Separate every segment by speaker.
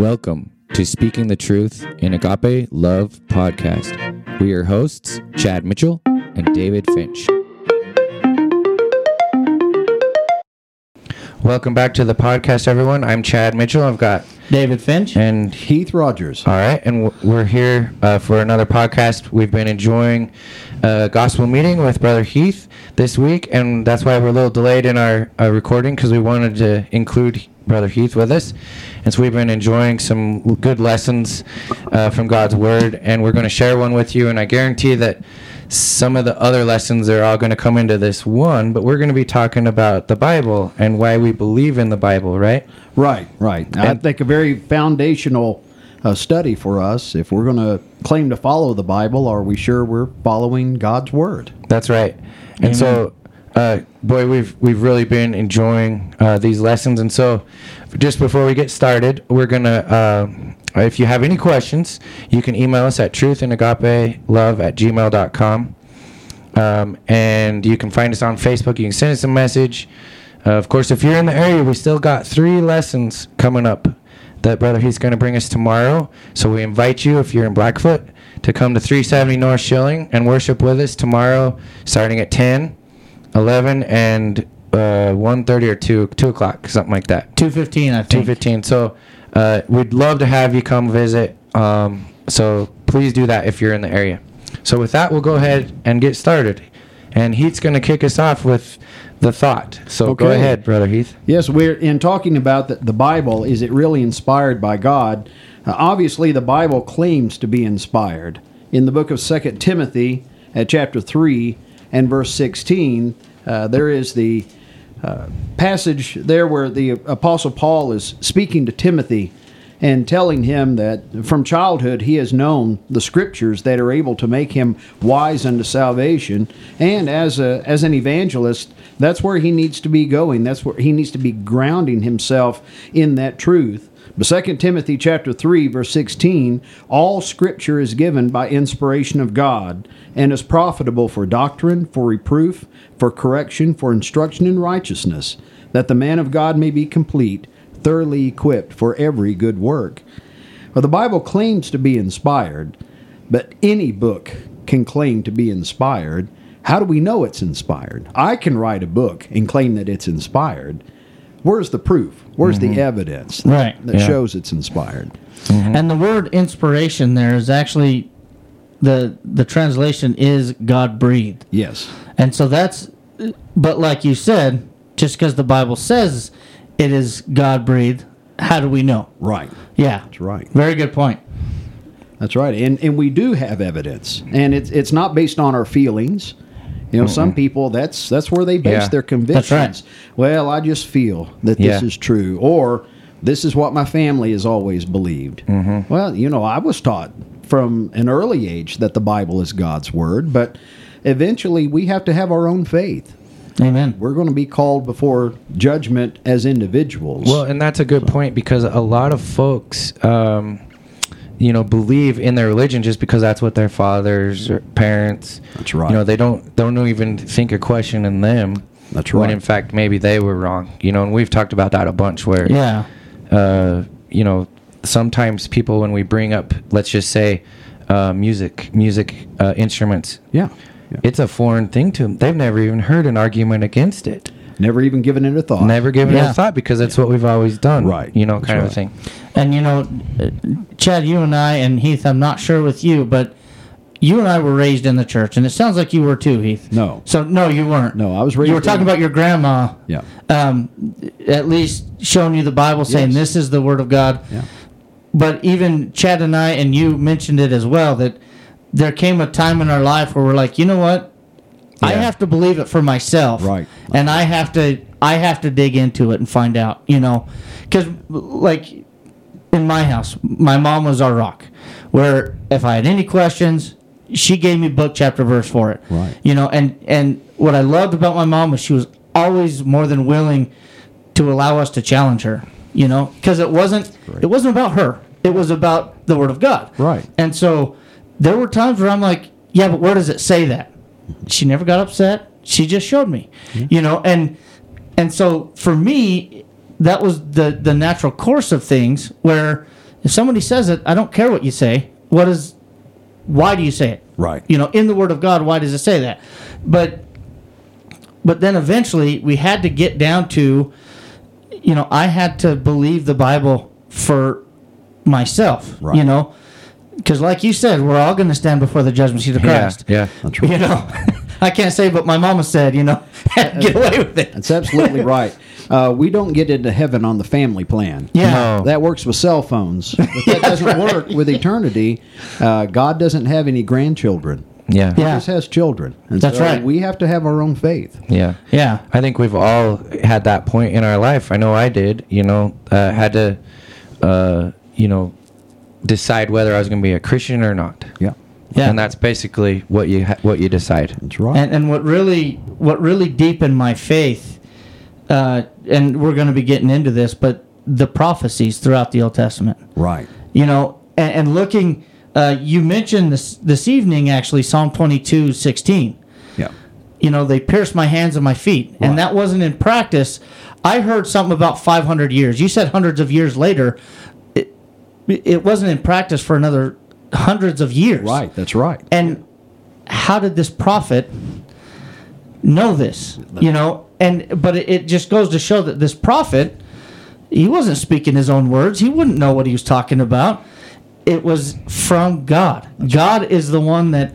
Speaker 1: Welcome to Speaking the Truth in Agape Love Podcast. We are hosts Chad Mitchell and David Finch. Welcome back to the podcast, everyone. I'm Chad Mitchell. I've got
Speaker 2: David Finch.
Speaker 1: and he.
Speaker 3: Keith Rogers.
Speaker 1: All right, and w- we're here uh, for another podcast. We've been enjoying uh, gospel meeting with Brother Heath this week, and that's why we're a little delayed in our uh, recording because we wanted to include Brother Heath with us. And so we've been enjoying some l- good lessons uh, from God's Word, and we're going to share one with you. And I guarantee that some of the other lessons are all going to come into this one, but we're going to be talking about the Bible and why we believe in the Bible, right?
Speaker 3: Right, right. I think a very foundational uh, study for us if we're going to claim to follow the Bible, are we sure we're following God's Word?
Speaker 1: That's right. And so, uh, boy, we've we've really been enjoying uh, these lessons. And so, just before we get started, we're gonna. Uh, if you have any questions, you can email us at truthandagapelove at gmail.com. Um, and you can find us on Facebook. You can send us a message. Uh, of course, if you're in the area, we still got three lessons coming up that Brother He's going to bring us tomorrow. So we invite you, if you're in Blackfoot, to come to 370 North Shilling and worship with us tomorrow, starting at 10, 11, and uh, 1.30 or 2, 2 o'clock, something like that.
Speaker 2: 215, I think.
Speaker 1: 215. So uh, we'd love to have you come visit. Um, so please do that if you're in the area. So with that, we'll go ahead and get started. And Heath's going to kick us off with the thought. So go
Speaker 3: Okay.
Speaker 1: ahead, brother Heath.
Speaker 3: Yes, we're in talking about the, the Bible. Is it really inspired by God? Uh, obviously, the Bible claims to be inspired. In the book of Second Timothy, at chapter three and verse sixteen, uh, there is the uh, passage there where the apostle Paul is speaking to Timothy and telling him that from childhood he has known the scriptures that are able to make him wise unto salvation and as a as an evangelist that's where he needs to be going that's where he needs to be grounding himself in that truth but 2 Timothy chapter 3 verse 16 all scripture is given by inspiration of God and is profitable for doctrine for reproof for correction for instruction in righteousness that the man of God may be complete thoroughly equipped for every good work. Well, the Bible claims to be inspired, but any book can claim to be inspired. How do we know it's inspired? I can write a book and claim that it's inspired. Where's the proof? Where's the evidence that,
Speaker 2: Right,
Speaker 3: that shows it's inspired?
Speaker 2: And the word inspiration there is actually the the translation is God breathed.
Speaker 3: Yes.
Speaker 2: And so that's but like you said, just because the Bible says it is God breathed, how do we know?
Speaker 3: Right.
Speaker 2: Yeah.
Speaker 3: That's right.
Speaker 2: Very good point.
Speaker 3: That's right, and and we do have evidence, and it's it's not based on our feelings. You know, some people that's that's where they base
Speaker 1: Yeah.
Speaker 3: their
Speaker 2: That's
Speaker 3: convictions.
Speaker 2: right.
Speaker 3: Well, I just feel that this
Speaker 1: Yeah.
Speaker 3: is true, or this is what my family has always believed. Mm-hmm. Well, you know, I was taught from an early age that the Bible is God's word, but eventually we have to have our own faith.
Speaker 2: Amen.
Speaker 3: We're going to be called before judgment as individuals.
Speaker 1: Well, and that's a good point because a lot of folks, um, you know, believe in their religion just because that's what their fathers or parents.
Speaker 3: That's right.
Speaker 1: You know, they don't they don't even think or question in them.
Speaker 3: That's
Speaker 1: When
Speaker 3: right.
Speaker 1: in fact maybe they were wrong. You know, and we've talked about that a bunch where
Speaker 2: Yeah.
Speaker 1: uh, you know, sometimes people when we bring up, let's just say, uh, music, music uh, instruments,
Speaker 3: yeah. yeah.
Speaker 1: it's a foreign thing to them. They've never even heard an argument against it.
Speaker 3: Never even given it a thought.
Speaker 1: Never given it
Speaker 2: Yeah.
Speaker 1: a thought because that's what we've always done.
Speaker 3: Right.
Speaker 1: You know,
Speaker 3: That's
Speaker 1: kind of a
Speaker 3: right.
Speaker 1: thing.
Speaker 2: And you know, uh, Chad, you and I and Heath, I'm not sure with you, but you and I were raised in the church, and it sounds like you were too, Heath.
Speaker 3: No.
Speaker 2: So no, you weren't.
Speaker 3: No, I was raised
Speaker 2: You were talking
Speaker 3: in-
Speaker 2: about your grandma.
Speaker 3: Yeah.
Speaker 2: Um, at least showing you the Bible, saying
Speaker 3: Yes.
Speaker 2: this is the Word of God.
Speaker 3: Yeah.
Speaker 2: But even Chad and I, and you mentioned it as well, that there came a time in our life where we're like, you know what, I
Speaker 1: Yeah.
Speaker 2: have to believe it for myself,
Speaker 3: Right.
Speaker 2: And I have to, I have to dig into it and find out, you know, because like in my house, my mom was our rock. Where if I had any questions, she gave me book chapter verse for it.
Speaker 3: Right.
Speaker 2: You know, and and what I loved about my mom was she was always more than willing to allow us to challenge her. You know, because it wasn't it wasn't about her. It was about the Word of God.
Speaker 3: Right.
Speaker 2: And so there were times where I'm like, yeah, but where does it say that? She never got upset. She just showed me. You know, and and so for me, that was the the natural course of things where If somebody says it, I don't care what you say. What is, why do you say it?
Speaker 4: Right.
Speaker 2: You know, in the Word of God, why does it say that? But, but then eventually we had to get down to, you know, I had to believe the Bible for myself.
Speaker 4: Right.
Speaker 2: You know, because like you said, we're all going to stand before the judgment seat of
Speaker 1: Yeah,
Speaker 2: Christ.
Speaker 1: yeah.
Speaker 4: That's
Speaker 2: You
Speaker 4: right.
Speaker 2: know, I can't say, but my mama said, you know, get away with it.
Speaker 3: That's absolutely right. Uh, we don't get into heaven on the family plan.
Speaker 2: Yeah.
Speaker 1: No.
Speaker 3: That works with cell phones, but that doesn't work with eternity. Uh, God doesn't have any grandchildren.
Speaker 1: Yeah.
Speaker 3: He
Speaker 2: Yeah.
Speaker 3: just has children. And
Speaker 2: That's
Speaker 3: so
Speaker 2: right.
Speaker 3: We have to have our own faith.
Speaker 1: Yeah.
Speaker 2: Yeah.
Speaker 1: I think we've all had that point in our life. I know I did. You know, uh, had to, uh, you know, decide whether I was going to be a Christian or not.
Speaker 3: Yeah,
Speaker 2: Yeah.
Speaker 1: And that's basically what you ha- what you decide.
Speaker 3: that's right.
Speaker 2: And and what really what really deepened my faith, uh, and we're going to be getting into this, but the prophecies throughout the Old Testament.
Speaker 4: Right.
Speaker 2: You know, and, and looking, uh, you mentioned this this evening actually Psalm twenty two sixteen.
Speaker 4: Yeah.
Speaker 2: You know, they pierced my hands and my feet, and that wasn't in practice. I heard something about five hundred years. You said hundreds of years later. It it wasn't in practice for another hundreds of years.
Speaker 3: right. That's right.
Speaker 2: And how did this prophet know this? You know, and but it, it just goes to show that this prophet, he wasn't speaking his own words. He wouldn't know what he was talking about. It was from God. God is the one that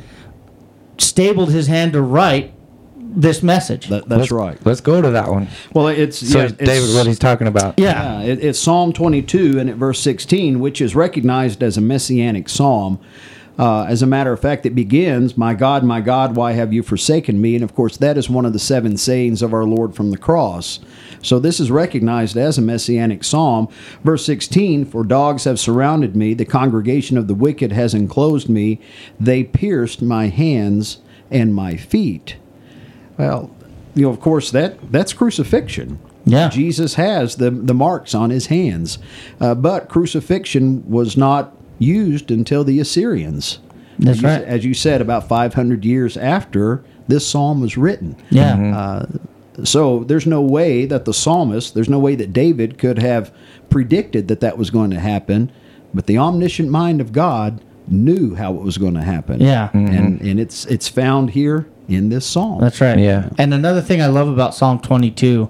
Speaker 2: stabled his hand to write this message.
Speaker 3: That, that's
Speaker 1: Let's-
Speaker 3: right.
Speaker 1: Let's go to that one.
Speaker 3: Well, it's
Speaker 1: So
Speaker 3: yeah,
Speaker 1: David,
Speaker 3: it's-
Speaker 1: what he's talking about?
Speaker 2: yeah.
Speaker 3: Yeah, it, it's Psalm 22 and at verse 16, which is recognized as a messianic psalm. Uh, as a matter of fact, it begins, My God, my God, why have you forsaken me? And of course, that is one of the seven sayings of our Lord from the cross. So this is recognized as a messianic psalm. Verse 16, For dogs have surrounded me, the congregation of the wicked has enclosed me, they pierced my hands and my feet. Well, you know, of course, that that's crucifixion.
Speaker 2: Yeah.
Speaker 3: Jesus has the the marks on his hands, uh, but crucifixion was not used until the Assyrians.
Speaker 2: That's
Speaker 3: as you,
Speaker 2: right.
Speaker 3: As you said, about 500 years after this psalm was written.
Speaker 2: Yeah.
Speaker 3: So there's no way that the psalmist, there's no way that David could have predicted that that was going to happen, but the omniscient mind of God knew how it was going to happen.
Speaker 2: Yeah. Mhm.
Speaker 3: And and it's it's found here in this psalm.
Speaker 2: That's right.
Speaker 1: Yeah.
Speaker 2: And another thing I love about Psalm 22,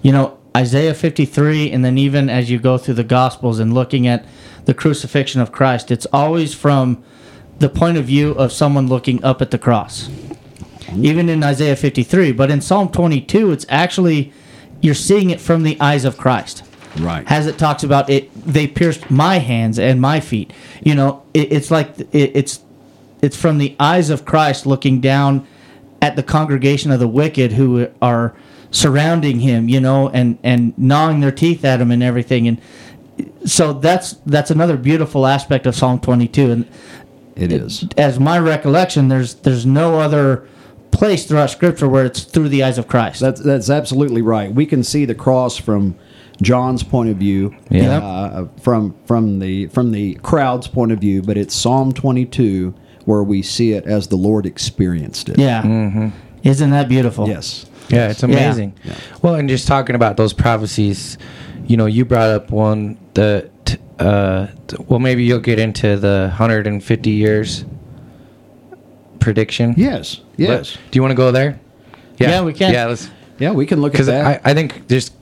Speaker 2: you know, Isaiah 53, and then even as you go through the Gospels and looking at the crucifixion of Christ, it's always from the point of view of someone looking up at the cross, even in Isaiah 53. But in Psalm 22, it's actually, you're seeing it from the eyes of Christ.
Speaker 4: Right.
Speaker 2: As it talks about it, they pierced my hands and my feet. You know, it, it's like it, it's it's from the eyes of Christ looking down at the congregation of the wicked who are surrounding him, you know, and and gnawing their teeth at him and everything. And so that's that's another beautiful aspect of Psalm 22. And
Speaker 3: it is.
Speaker 2: as my recollection, there's there's no other place throughout Scripture where it's through the eyes of Christ.
Speaker 3: That's that's absolutely right. We can see the cross from John's point of view,
Speaker 1: Yeah.
Speaker 3: uh, from from the from the crowd's point of view, but it's Psalm 22 where we see it as the Lord experienced it.
Speaker 2: yeah. Isn't that beautiful?
Speaker 3: Mm-hmm. Yes.
Speaker 1: Yeah, it's amazing. Well, and just talking about those prophecies, you know, you brought up one that, uh, th- well, maybe you'll get into the 150 years prediction.
Speaker 3: Yes.
Speaker 1: But
Speaker 3: Yes.
Speaker 1: do you want to go there?
Speaker 2: Yeah, we can.
Speaker 1: Yeah, let's.
Speaker 3: yeah, we can look at
Speaker 1: Because
Speaker 3: that.
Speaker 1: I, I think just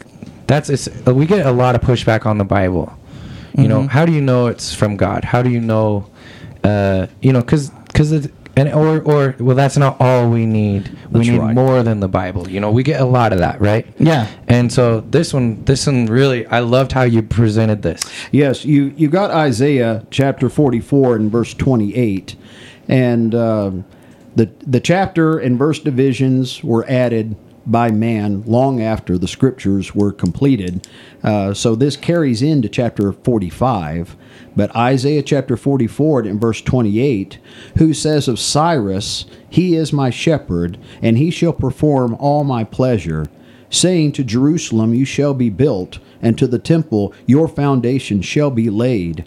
Speaker 1: that's it's, we get a lot of pushback on the Bible. You know, how do you know it's from God? How do you know? Uh, you know, because because and or or well, that's not all we need. we
Speaker 4: That's
Speaker 1: need
Speaker 4: right.
Speaker 1: more than the Bible. You know, we get a lot of that, right?
Speaker 2: Yeah.
Speaker 1: And so this one, this one really, I loved how you presented this.
Speaker 3: Yes, you you got Isaiah chapter 44 and verse 28, and um, the the chapter and verse divisions were added by man long after the scriptures were completed. Uh, so this carries into chapter 45, but Isaiah chapter 44 and verse 28, who says of Cyrus, "He is my shepherd, and he shall perform all my pleasure." saying to Jerusalem, You shall be built, and to the temple, Your foundation shall be laid.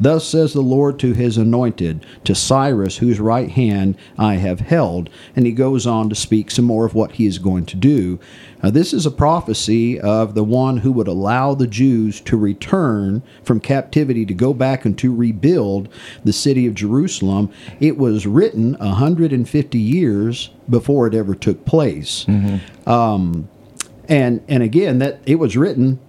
Speaker 3: Thus says the Lord to his anointed, to Cyrus, whose right hand I have held. And he goes on to speak some more of what he is going to do. Uh, this is a prophecy of the one who would allow the Jews to return from captivity to go back and to rebuild the city of Jerusalem. It was written 150 years before it ever took place. Um, and and again, that it was written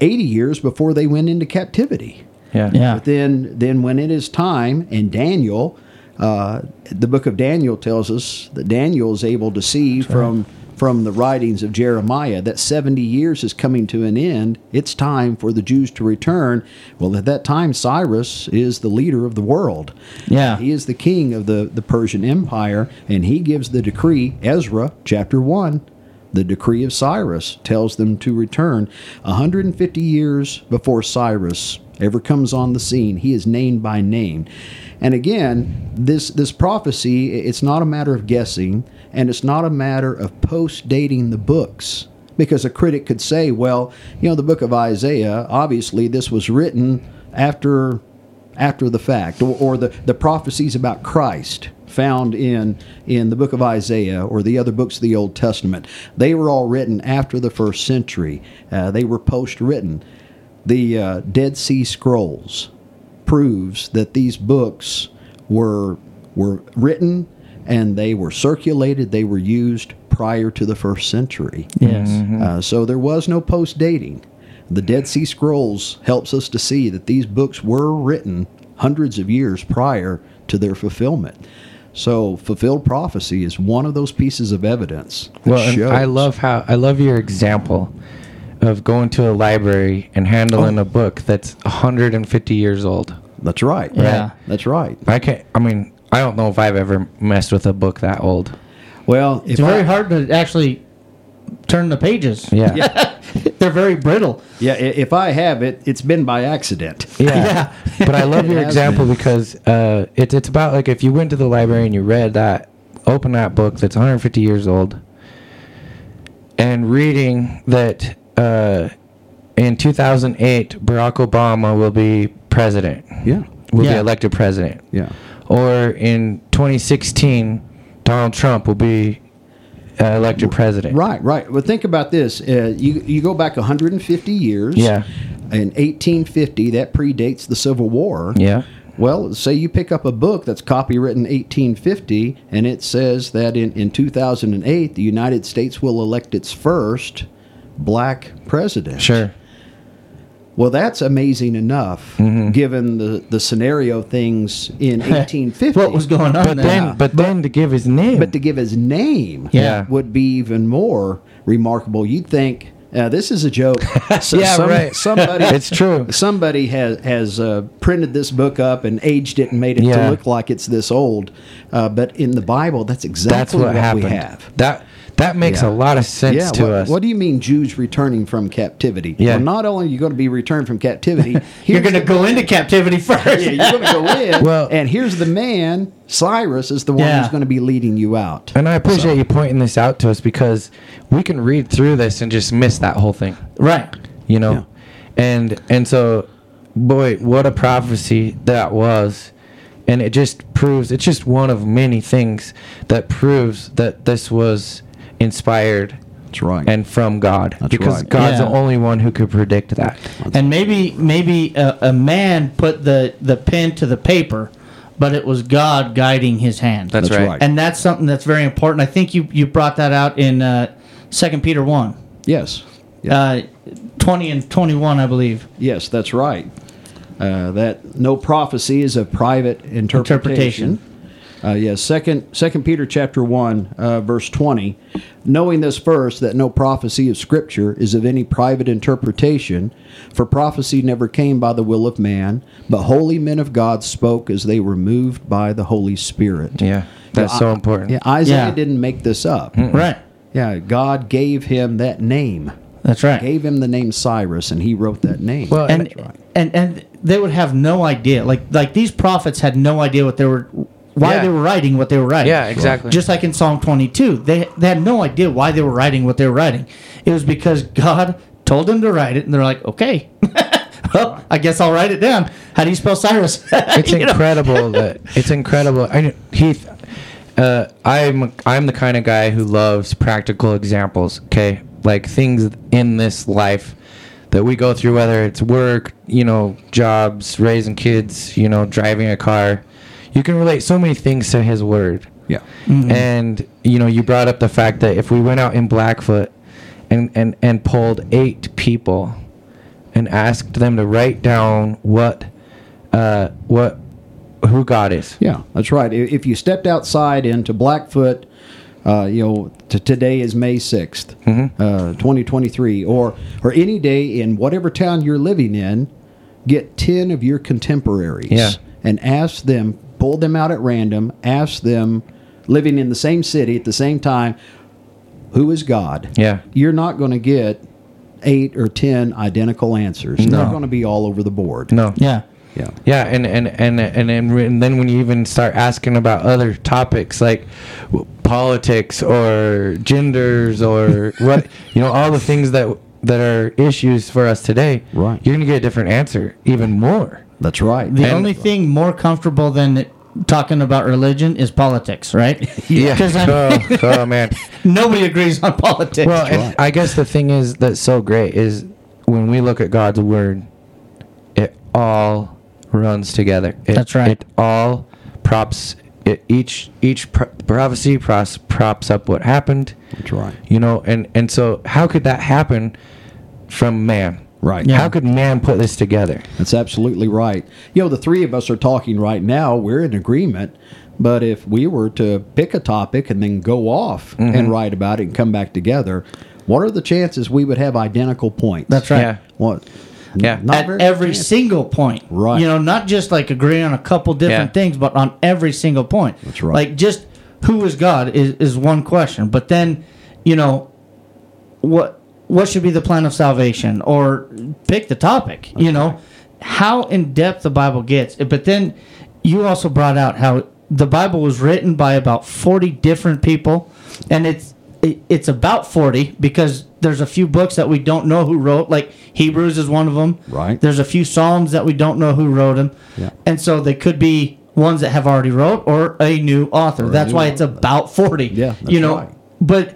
Speaker 3: 80 years before they went into captivity.
Speaker 1: Yeah.
Speaker 2: Yeah.
Speaker 3: But then, then when it is time, and Daniel, uh, the book of Daniel tells us that Daniel is able to see from from the writings of Jeremiah that seventy years is coming to an end. It's time for the Jews to return. Well, at that time, Cyrus is the leader of the world.
Speaker 2: Yeah.
Speaker 3: he is the king of the the Persian Empire, and he gives the decree. Ezra chapter one. The decree of Cyrus tells them to return 150 years before Cyrus ever comes on the scene. He is named by name. And again, this, this prophecy, i- it's not a matter of guessing, and it's not a matter of post dating the books. Because a critic could say, well, you know, the book of Isaiah, obviously, this was written after after the fact, or, or the, the prophecies about Christ found in in the book of Isaiah or the other books of the Old Testament. They were all written after the first century. Uh, they were post written. The uh, Dead Sea Scrolls proves that these books were were written and they were circulated. They were used prior to the first century.
Speaker 2: Yes.
Speaker 3: Uh, so there was no post dating. The Dead Sea Scrolls helps us to see that these books were written hundreds of years prior to their fulfillment. So fulfilled prophecy is one of those pieces of evidence. that
Speaker 1: Well, and
Speaker 3: shows-
Speaker 1: I love how I love your example of going to a library and handling a book that's 150 years old.
Speaker 3: That's right.
Speaker 2: Yeah.
Speaker 3: That's right.
Speaker 1: I can't. I mean, I don't know if I've ever messed with a book that old.
Speaker 3: Well, if
Speaker 2: It's very
Speaker 3: I-
Speaker 2: hard to actually turn the pages.
Speaker 1: Yeah. Yeah.
Speaker 2: They're very brittle.
Speaker 3: yeah, i- if I have it, it's been by accident.
Speaker 1: but I love
Speaker 3: It
Speaker 1: your
Speaker 3: has
Speaker 1: example
Speaker 3: been.
Speaker 1: because uh, it's it's about like if you went to the library and you read that, open that book that's 150 years old, and reading that uh, in 2008 Barack Obama will be president,
Speaker 3: Yeah.
Speaker 1: will be
Speaker 2: Yeah.
Speaker 1: elected president.
Speaker 3: Yeah.
Speaker 1: or in 2016, Donald Trump will be uh, elected president.
Speaker 3: Right, right. Well, think about this. Uh, you you go back 150 years.
Speaker 1: Yeah.
Speaker 3: In 1850, that predates the Civil War.
Speaker 1: Yeah.
Speaker 3: Well, say you pick up a book that's copywritten 1850, and it says that in, in 2008, the United States will elect its first black president.
Speaker 1: Sure.
Speaker 3: Well, that's amazing enough, given the, the scenario things in 1850.
Speaker 2: Mm-hmm. What was going on
Speaker 1: But
Speaker 2: there?
Speaker 1: then, but then to give his name.
Speaker 3: But to give his name
Speaker 1: Yeah.
Speaker 3: would be even more remarkable. You'd think uh, this is a joke. So-
Speaker 1: Yeah, right.
Speaker 3: Somebody,
Speaker 1: It's true.
Speaker 3: Somebody has has uh, printed this book up and aged it and made it
Speaker 1: Yeah.
Speaker 3: to look like it's this old. Uh, but in the Bible, that's exactly
Speaker 1: that's what, happened.
Speaker 3: we have.
Speaker 1: That that makes
Speaker 3: Yeah.
Speaker 1: a lot of sense
Speaker 3: Yeah,
Speaker 1: to
Speaker 3: what,
Speaker 1: us.
Speaker 3: what do you mean Jews returning from captivity?
Speaker 1: Yeah.
Speaker 3: Well, not only are you going to be returned from captivity,
Speaker 2: You're
Speaker 3: here's
Speaker 2: going to
Speaker 3: the-
Speaker 2: go into captivity first.
Speaker 3: yeah, you're going to go in,
Speaker 1: Well-
Speaker 3: and here's the man, Cyrus, is the one
Speaker 2: Yeah.
Speaker 3: who's going to be leading you out.
Speaker 1: and I appreciate you pointing this out to us because we can read through this and just miss that whole thing.
Speaker 2: Right.
Speaker 1: you know
Speaker 3: Yeah.
Speaker 1: and and so boy what a prophecy that was and it just proves it's just one of many things that proves that this was inspired
Speaker 3: That's right.
Speaker 1: and from god
Speaker 3: That's
Speaker 1: because
Speaker 3: right.
Speaker 1: god's the
Speaker 2: Yeah.
Speaker 1: only one who could predict that
Speaker 2: And maybe maybe a, a man put the, the pen to the paper, but it was God guiding his hand.
Speaker 1: That's right.
Speaker 2: And that's something that's very important. I think you, you brought that out in uh, 2 Peter 1,
Speaker 3: Yes. Yeah.
Speaker 2: uh, 20 and 21, I believe.
Speaker 3: yes, that's right. Uh, that no prophecy is of private interpretation.
Speaker 2: Interpretation.
Speaker 3: Uh, yes, second, second Peter chapter one, uh, verse twenty. Knowing this first, that no prophecy of Scripture is of any private interpretation, for prophecy never came by the will of man, but holy men of God spoke as they were moved by the Holy Spirit.
Speaker 1: yeah that's so important
Speaker 3: Yeah, Isaiah
Speaker 2: Yeah.
Speaker 3: didn't make this up.
Speaker 1: Hmm.
Speaker 2: Right.
Speaker 3: Yeah, God gave him that name,
Speaker 2: That's right.
Speaker 3: gave him the name Cyrus, and he wrote that name.
Speaker 1: Well,
Speaker 2: and
Speaker 1: That's
Speaker 2: and and they would have no idea. Like like these prophets had no idea what they were, why
Speaker 1: Yeah.
Speaker 2: they were writing what they were writing.
Speaker 1: Yeah, exactly.
Speaker 2: Just like in Psalm twenty two, they they had no idea why they were writing what they were writing. It was because God told them to write it, and they're like, okay, well, I guess I'll write it down. How do you spell Cyrus?
Speaker 1: It's
Speaker 2: You know?
Speaker 1: incredible that it's incredible. I kn- Heath, uh, I'm I'm the kind of guy who loves practical examples. Okay, like things in this life that we go through, whether it's work, you know, jobs, raising kids, you know, driving a car. You can relate so many things to his word.
Speaker 3: Yeah.
Speaker 1: And you know, you brought up the fact that if we went out in Blackfoot and and and polled eight people and asked them to write down what uh what who God is.
Speaker 3: Yeah, that's right. I- If you stepped outside into Blackfoot, uh, you know, t- today is May 6th,
Speaker 1: Mm-hmm.
Speaker 3: uh, 2023, or, or any day in whatever town you're living in, get 10 of your contemporaries
Speaker 1: Yeah.
Speaker 3: and ask them, pull them out at random, ask them, living in the same city at the same time, who is God?
Speaker 1: Yeah.
Speaker 3: You're not going to get eight or 10 identical answers. They're
Speaker 1: No.
Speaker 3: going to be all over the board.
Speaker 1: No.
Speaker 2: Yeah.
Speaker 3: Yeah.
Speaker 1: Yeah, and and and and and, and then when you even start asking about other topics like w- politics or genders or what you know all the things that that are issues for us today,
Speaker 3: Right.
Speaker 1: You're gonna get a different answer, even more.
Speaker 3: That's right.
Speaker 2: The
Speaker 1: And-
Speaker 2: only thing more comfortable than talking about religion is politics, right? Because
Speaker 1: oh, oh man.
Speaker 2: nobody agrees on politics.
Speaker 1: Well, and I guess the thing is that's so great is when we look at God's word, it all runs together. It,
Speaker 2: That's right.
Speaker 1: It all props it, each each pro- prophecy pros, props up what happened.
Speaker 3: That's right.
Speaker 1: You know, and and so how could that happen from man?
Speaker 3: Right.
Speaker 1: How could man put this together?
Speaker 3: That's absolutely right. You know, the three of us are talking right now. We're in agreement. But if we were to pick a topic and then go off
Speaker 2: Mm-hmm.
Speaker 3: and write about it and come back together, what are the chances we would have identical points?
Speaker 2: That's right.
Speaker 1: Yeah.
Speaker 3: What?
Speaker 1: Yeah.
Speaker 3: Not
Speaker 2: at
Speaker 3: very
Speaker 2: every
Speaker 3: chance.
Speaker 2: single point.
Speaker 3: Right.
Speaker 2: You know, not just like agreeing on a couple different
Speaker 1: Yeah.
Speaker 2: things, but on every single point.
Speaker 3: That's right.
Speaker 2: Like just who is God is, is one question. But then, you know, what what should be the plan of salvation? Or pick the topic, you know. How in depth the Bible gets. But then you also brought out how the Bible was written by about forty different people and it's it- it's about 40 because there's a few books that we don't know who wrote like hebrews is one of them
Speaker 3: Right.
Speaker 2: there's a few psalms that we don't know who wrote them
Speaker 3: Yeah.
Speaker 2: and so they could be ones that have already wrote or a new author that's
Speaker 3: new
Speaker 2: why it's about 40
Speaker 3: Yeah, that's
Speaker 2: you know
Speaker 3: right.
Speaker 2: but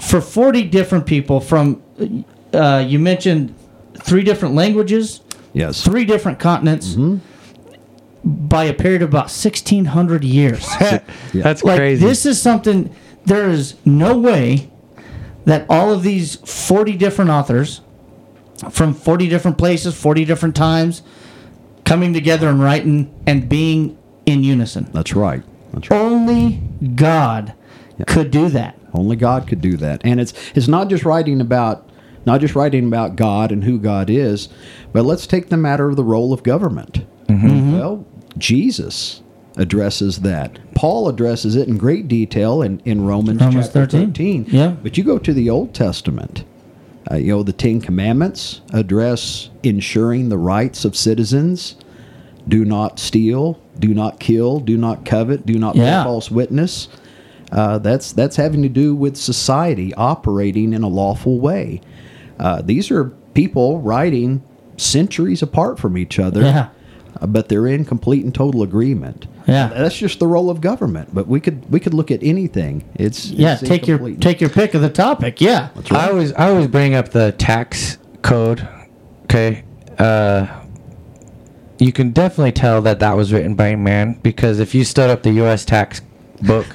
Speaker 2: for 40 different people from uh, you mentioned three different languages
Speaker 3: Yes.
Speaker 2: three different continents
Speaker 3: Mm-hmm.
Speaker 2: by a period of about 1600 years
Speaker 1: That's
Speaker 2: like
Speaker 1: crazy.
Speaker 2: this is something there is no way that all of these 40 different authors from 40 different places 40 different times coming together and writing and being in unison
Speaker 3: That's right. That's right.
Speaker 2: only god could do that
Speaker 3: Only God could do that. And it's it's not just writing about not just writing about God and who God is, but let's take the matter of the role of government.
Speaker 2: Mm-hmm.
Speaker 3: Well, Jesus addresses that. Paul addresses it in great detail in, in Romans,
Speaker 2: Romans
Speaker 3: chapter
Speaker 2: 13.
Speaker 3: 13.
Speaker 2: Yeah.
Speaker 3: But you go to the Old Testament. Uh, you know, the Ten Commandments address ensuring the rights of citizens. Do not steal, do not kill, do not covet, do not
Speaker 2: Yeah.
Speaker 3: bear false witness. Uh, that's that's having to do with society operating in a lawful way. Uh, these are people writing centuries apart from each other,
Speaker 2: Yeah.
Speaker 3: uh, but they're in complete and total agreement.
Speaker 2: Yeah.
Speaker 3: that's just the role of government. But we could we could look at anything. It's
Speaker 2: yeah
Speaker 3: it's
Speaker 2: take your
Speaker 3: incomplete.
Speaker 2: take your pick of the topic yeah
Speaker 1: I always I always bring up the tax code. Okay, uh, you can definitely tell that that was written by a man because if you stood up the U.S. tax book,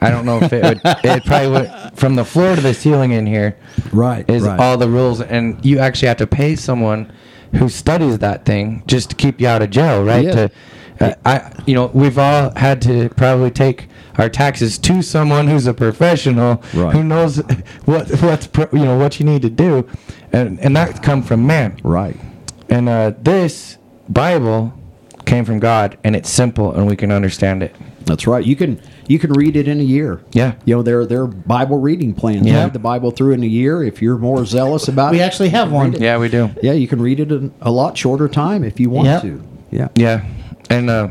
Speaker 1: I don't know if it would. It probably would from the floor to the ceiling in here
Speaker 3: right
Speaker 1: is
Speaker 3: right.
Speaker 1: all the rules, and you actually have to pay someone who studies that thing just to keep you out of jail, right?
Speaker 3: Yeah.
Speaker 1: To, uh, I, you know, we've all had to probably take our taxes to someone who's a professional
Speaker 3: Right.
Speaker 1: who knows what what's pro, you know what you need to do, and and that come from man,
Speaker 3: right.
Speaker 1: and uh, this Bible came from God, and it's simple, and we can understand it.
Speaker 3: That's right. You can you can read it in a year.
Speaker 1: Yeah.
Speaker 3: You know there there are Bible reading plans.
Speaker 1: Yeah.
Speaker 3: Read the Bible through in a year if you're more zealous about
Speaker 2: we
Speaker 3: it.
Speaker 2: actually have one
Speaker 1: Yeah, we do.
Speaker 3: Yeah, you can read it in a lot shorter time if you want
Speaker 2: Yep.
Speaker 3: to. Yeah.
Speaker 1: Yeah, and uh,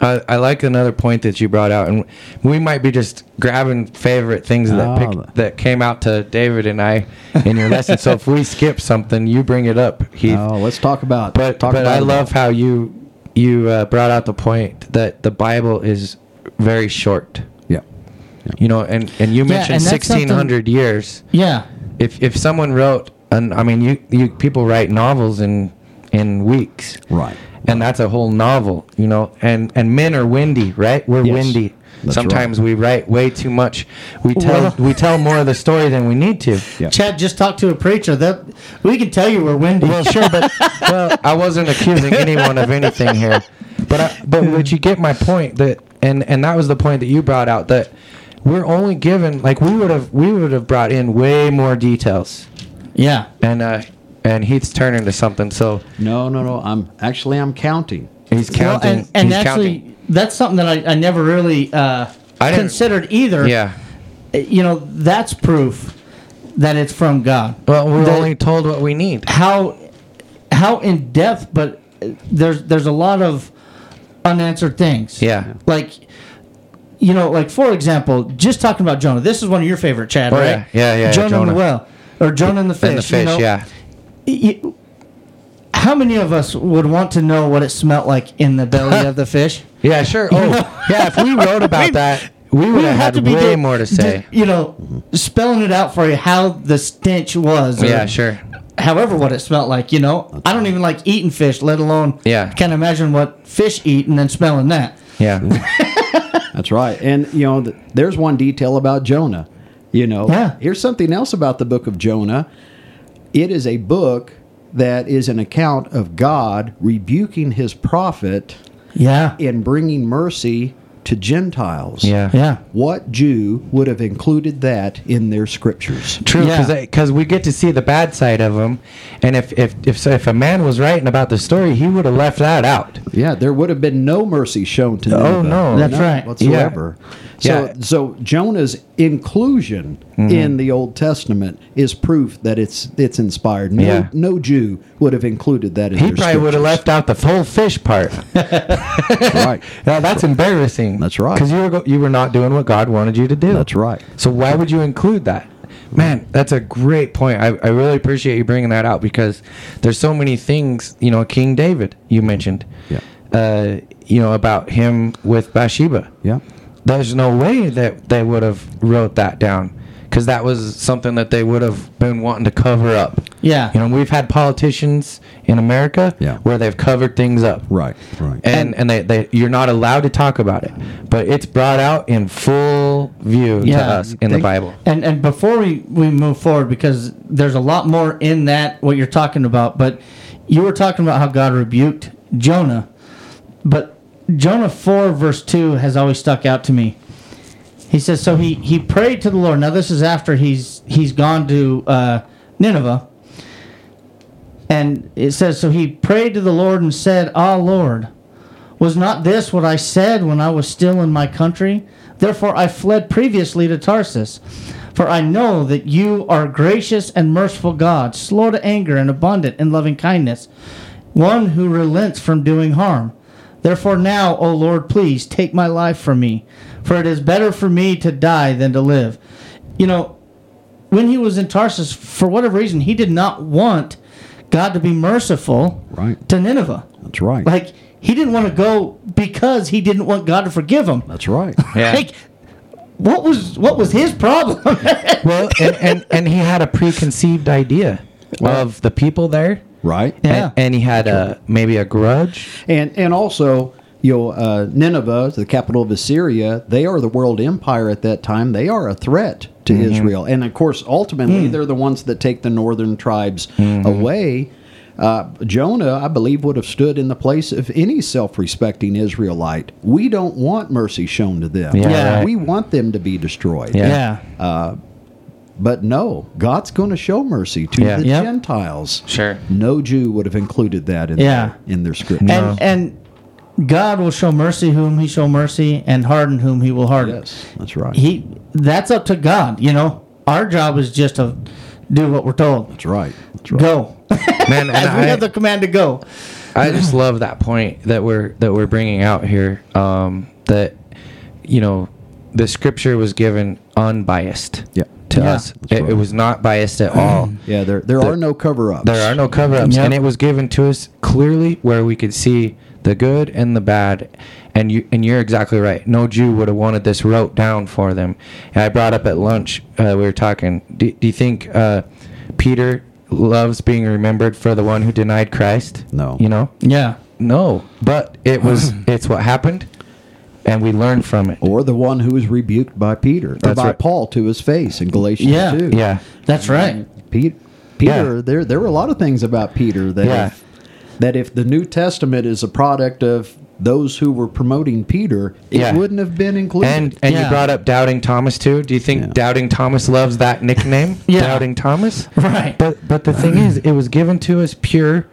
Speaker 1: I, I like another point that you brought out, and we might be just grabbing favorite things that
Speaker 3: Oh.
Speaker 1: pick, that came out to David and I in your lesson. so if we skip something, you bring it up, Heath.
Speaker 3: Oh, let's talk about.
Speaker 1: But
Speaker 3: talk
Speaker 1: but
Speaker 3: about
Speaker 1: I
Speaker 3: it.
Speaker 1: love how you you uh, brought out the point that the Bible is very short.
Speaker 3: Yeah.
Speaker 1: You know, and and you mentioned
Speaker 2: and that's something-
Speaker 1: sixteen hundred years.
Speaker 2: Yeah.
Speaker 1: If if someone wrote, and I mean, you you people write novels in in weeks,
Speaker 3: Right.
Speaker 1: and that's a whole novel, you know. And and men are windy, right? We're
Speaker 3: Yes.
Speaker 1: windy.
Speaker 3: That's
Speaker 1: Sometimes we write way too much. We tell
Speaker 2: Well-
Speaker 1: we tell more of the story than we need to.
Speaker 3: Yeah.
Speaker 2: Chad just talked to a preacher. That we can tell you we're windy.
Speaker 1: Well, sure, but well, I wasn't accusing anyone of anything here. But I, but would you get my point that and and that was the point that you brought out that we're only given like we would have we would have brought in way more details
Speaker 2: yeah.
Speaker 1: and uh and Heath's turning to something so
Speaker 3: No, no, no. I'm actually I'm counting.
Speaker 1: he's
Speaker 2: Well,
Speaker 1: counting
Speaker 2: and, and
Speaker 1: he's
Speaker 2: actually,
Speaker 1: counting.
Speaker 2: that's something that I, I never really uh,
Speaker 1: I didn't-
Speaker 2: considered either.
Speaker 1: yeah
Speaker 2: You know, that's proof that it's from God.
Speaker 1: well we're
Speaker 2: That-
Speaker 1: only told what we need
Speaker 2: how how in depth, but uh, there's there's a lot of unanswered things.
Speaker 1: yeah
Speaker 2: Like, you know, like for example, just talking about Jonah. This is one of your favorite, Chad,
Speaker 1: Oh,
Speaker 2: right?
Speaker 1: yeah. Yeah, yeah, yeah,
Speaker 2: Jonah, in
Speaker 1: Jonah.
Speaker 2: the well, or Jonah in the fish.
Speaker 1: and the
Speaker 2: you
Speaker 1: fish
Speaker 2: know?
Speaker 1: yeah
Speaker 2: Y- y- How many of us would want to know what it smelt like in the belly of the fish?
Speaker 1: yeah sure oh yeah if we wrote about that we would have had way
Speaker 2: doing-
Speaker 1: more to say
Speaker 2: you know, spelling it out for you how the stench was. or
Speaker 1: yeah sure
Speaker 2: however what it smelled like you know i don't even like eating fish let alone
Speaker 1: Yeah.
Speaker 2: can't imagine what fish eat and then smelling that
Speaker 1: yeah.
Speaker 3: That's right. And you know, th- there's one detail about Jonah. You know,
Speaker 2: Yeah.
Speaker 3: here's something else about the book of Jonah. It is a book that is an account of God rebuking his prophet
Speaker 2: yeah
Speaker 3: in bringing mercy to Gentiles.
Speaker 1: Yeah.
Speaker 2: yeah
Speaker 3: What Jew would have included that in their scriptures?
Speaker 1: True, because
Speaker 2: Yeah.
Speaker 1: we get to see the bad side of him, and if if if, so if a man was writing about the story, he would have left that out.
Speaker 3: Yeah, there would have been no mercy shown to Nineveh.
Speaker 1: Oh, no. That's
Speaker 3: None
Speaker 2: right.
Speaker 3: Whatsoever. So
Speaker 1: Yeah.
Speaker 3: so Jonah's inclusion
Speaker 1: Mm-hmm.
Speaker 3: in the Old Testament is proof that it's it's inspired. No
Speaker 1: Yeah.
Speaker 3: no Jew would have included that in
Speaker 1: He
Speaker 3: their
Speaker 1: probably would have left out the full fish part.
Speaker 3: scriptures. right.
Speaker 1: now, that's embarrassing.
Speaker 3: That's right.
Speaker 1: Because you were go- you were not doing what God wanted you to do.
Speaker 3: That's right.
Speaker 1: So why would you include that? Man, that's a great point. I, I really appreciate you bringing that out because there's so many things. You know, King David, you mentioned.
Speaker 3: Yeah.
Speaker 1: Uh, you know about him with Bathsheba.
Speaker 3: Yeah.
Speaker 1: there's no way that they would have wrote that down because that was something that they would have been wanting to cover up.
Speaker 2: yeah
Speaker 1: You know, we've had politicians in America
Speaker 3: Yeah.
Speaker 1: where they've covered things up.
Speaker 3: Right. Right.
Speaker 1: And, and they, they you're not allowed to talk about it, but it's brought out in full view to
Speaker 2: Yeah.
Speaker 1: us in the Bible.
Speaker 2: and and before we we move forward because there's a lot more in that what you're talking about but you were talking about how god rebuked jonah but jonah 4 verse 2 has always stuck out to me he says so he he prayed to the lord now this is after he's he's gone to uh, nineveh and it says so he prayed to the lord and said ah lord was not this what I said when I was still in my country? Therefore I fled previously to Tarsus. For I know that you are gracious and merciful God, slow to anger and abundant in loving kindness, one who relents from doing harm. Therefore now, O Lord, please take my life from me, for it is better for me to die than to live. You know, when he was in Tarsus, for whatever reason, he did not want God to be merciful
Speaker 3: Right.
Speaker 2: to Nineveh.
Speaker 3: That's right.
Speaker 2: Like he didn't want to go because he didn't want God to forgive him.
Speaker 3: That's right.
Speaker 1: Yeah.
Speaker 2: Like what was what was his problem?
Speaker 1: well, and, and, and he had a preconceived idea of the people there.
Speaker 3: right.
Speaker 2: Yeah.
Speaker 1: And, and he had a, maybe a grudge.
Speaker 3: And and also, you know, uh, Nineveh, the capital of Assyria, they are the world empire at that time. They are a threat to
Speaker 2: Mm-hmm.
Speaker 3: Israel, and of course,
Speaker 2: Mm.
Speaker 3: ultimately, they're the ones that take the northern tribes
Speaker 2: Mm-hmm.
Speaker 3: away. Uh, Jonah, I believe, would have stood in the place of any self-respecting Israelite. We don't want mercy shown to them.
Speaker 1: Yeah,
Speaker 2: Yeah. right.
Speaker 3: we want them to be destroyed.
Speaker 1: Yeah.
Speaker 3: But no, God's going to show mercy to
Speaker 1: Yeah.
Speaker 3: the
Speaker 2: Yep.
Speaker 3: Gentiles.
Speaker 1: Sure.
Speaker 3: No Jew would have included that in
Speaker 2: Yeah.
Speaker 3: their, in their scripture.
Speaker 2: And and God will show mercy whom he show mercy and harden whom he will harden.
Speaker 3: yes, that's right.
Speaker 2: He that's up to God, you know. Our job is just to do what we're told.
Speaker 3: That's right. That's right.
Speaker 2: Go.
Speaker 1: Man, and
Speaker 2: As we
Speaker 1: I-
Speaker 2: have the command to go.
Speaker 1: I just love that point that we're that we're bringing out here. Um, that you know, the scripture was given unbiased.
Speaker 3: Yeah.
Speaker 1: To
Speaker 2: Yeah.
Speaker 1: us,
Speaker 3: That's
Speaker 1: it,
Speaker 3: right.
Speaker 1: it was not biased at all.
Speaker 3: Yeah, there there
Speaker 1: The-
Speaker 3: are no cover ups.
Speaker 1: There are no cover ups.
Speaker 2: Yep.
Speaker 1: And it was given to us clearly where we could see the good and the bad. And you and you're exactly right. No Jew would have wanted this wrote down for them. And I brought up at lunch, uh, we were talking. Do, do you think uh, Peter loves being remembered for the one who denied Christ?
Speaker 3: No.
Speaker 1: You know?
Speaker 2: Yeah.
Speaker 1: No. But it was it's what happened and we learned from it.
Speaker 3: Or the one who was rebuked by Peter or
Speaker 1: That's
Speaker 3: by
Speaker 1: right.
Speaker 3: Paul to his face in Galatians
Speaker 2: Yeah.
Speaker 3: two.
Speaker 1: Yeah.
Speaker 2: That's right.
Speaker 3: Peter, Peter there there were a lot of things about Peter that
Speaker 1: Yeah.
Speaker 3: if, that if the New Testament is a product of those who were promoting Peter, it
Speaker 1: Yeah.
Speaker 3: wouldn't have been included.
Speaker 1: And and
Speaker 2: Yeah.
Speaker 1: you brought up doubting Thomas too. Do you think
Speaker 3: Yeah.
Speaker 1: doubting Thomas loves that nickname?
Speaker 2: Yeah.
Speaker 1: Doubting Thomas?
Speaker 2: Right.
Speaker 1: But but the thing is, it was given to us pure,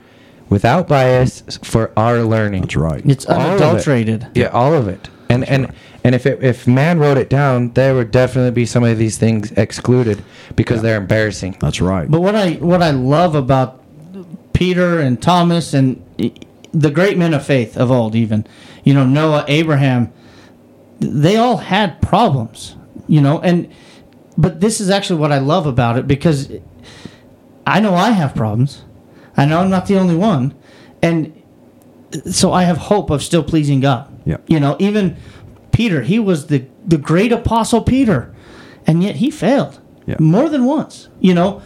Speaker 1: without bias, for our learning.
Speaker 3: That's right.
Speaker 2: It's
Speaker 1: All of it.
Speaker 2: unadulterated.
Speaker 1: Yeah, all of it. And and and if it, if man wrote it down, there would definitely be some of these things excluded because they're embarrassing.
Speaker 3: That's right.
Speaker 2: But what I what I love about Peter and Thomas and the great men of faith of old, even you know Noah, Abraham, they all had problems, you know, and but this is actually what I love about it because I know I have problems, I know I'm not the only one, and so I have hope of still pleasing God.
Speaker 3: Yeah.
Speaker 2: You know, even Peter, he was the the great apostle Peter, and yet he failed
Speaker 3: Yeah.
Speaker 2: more than once. You know,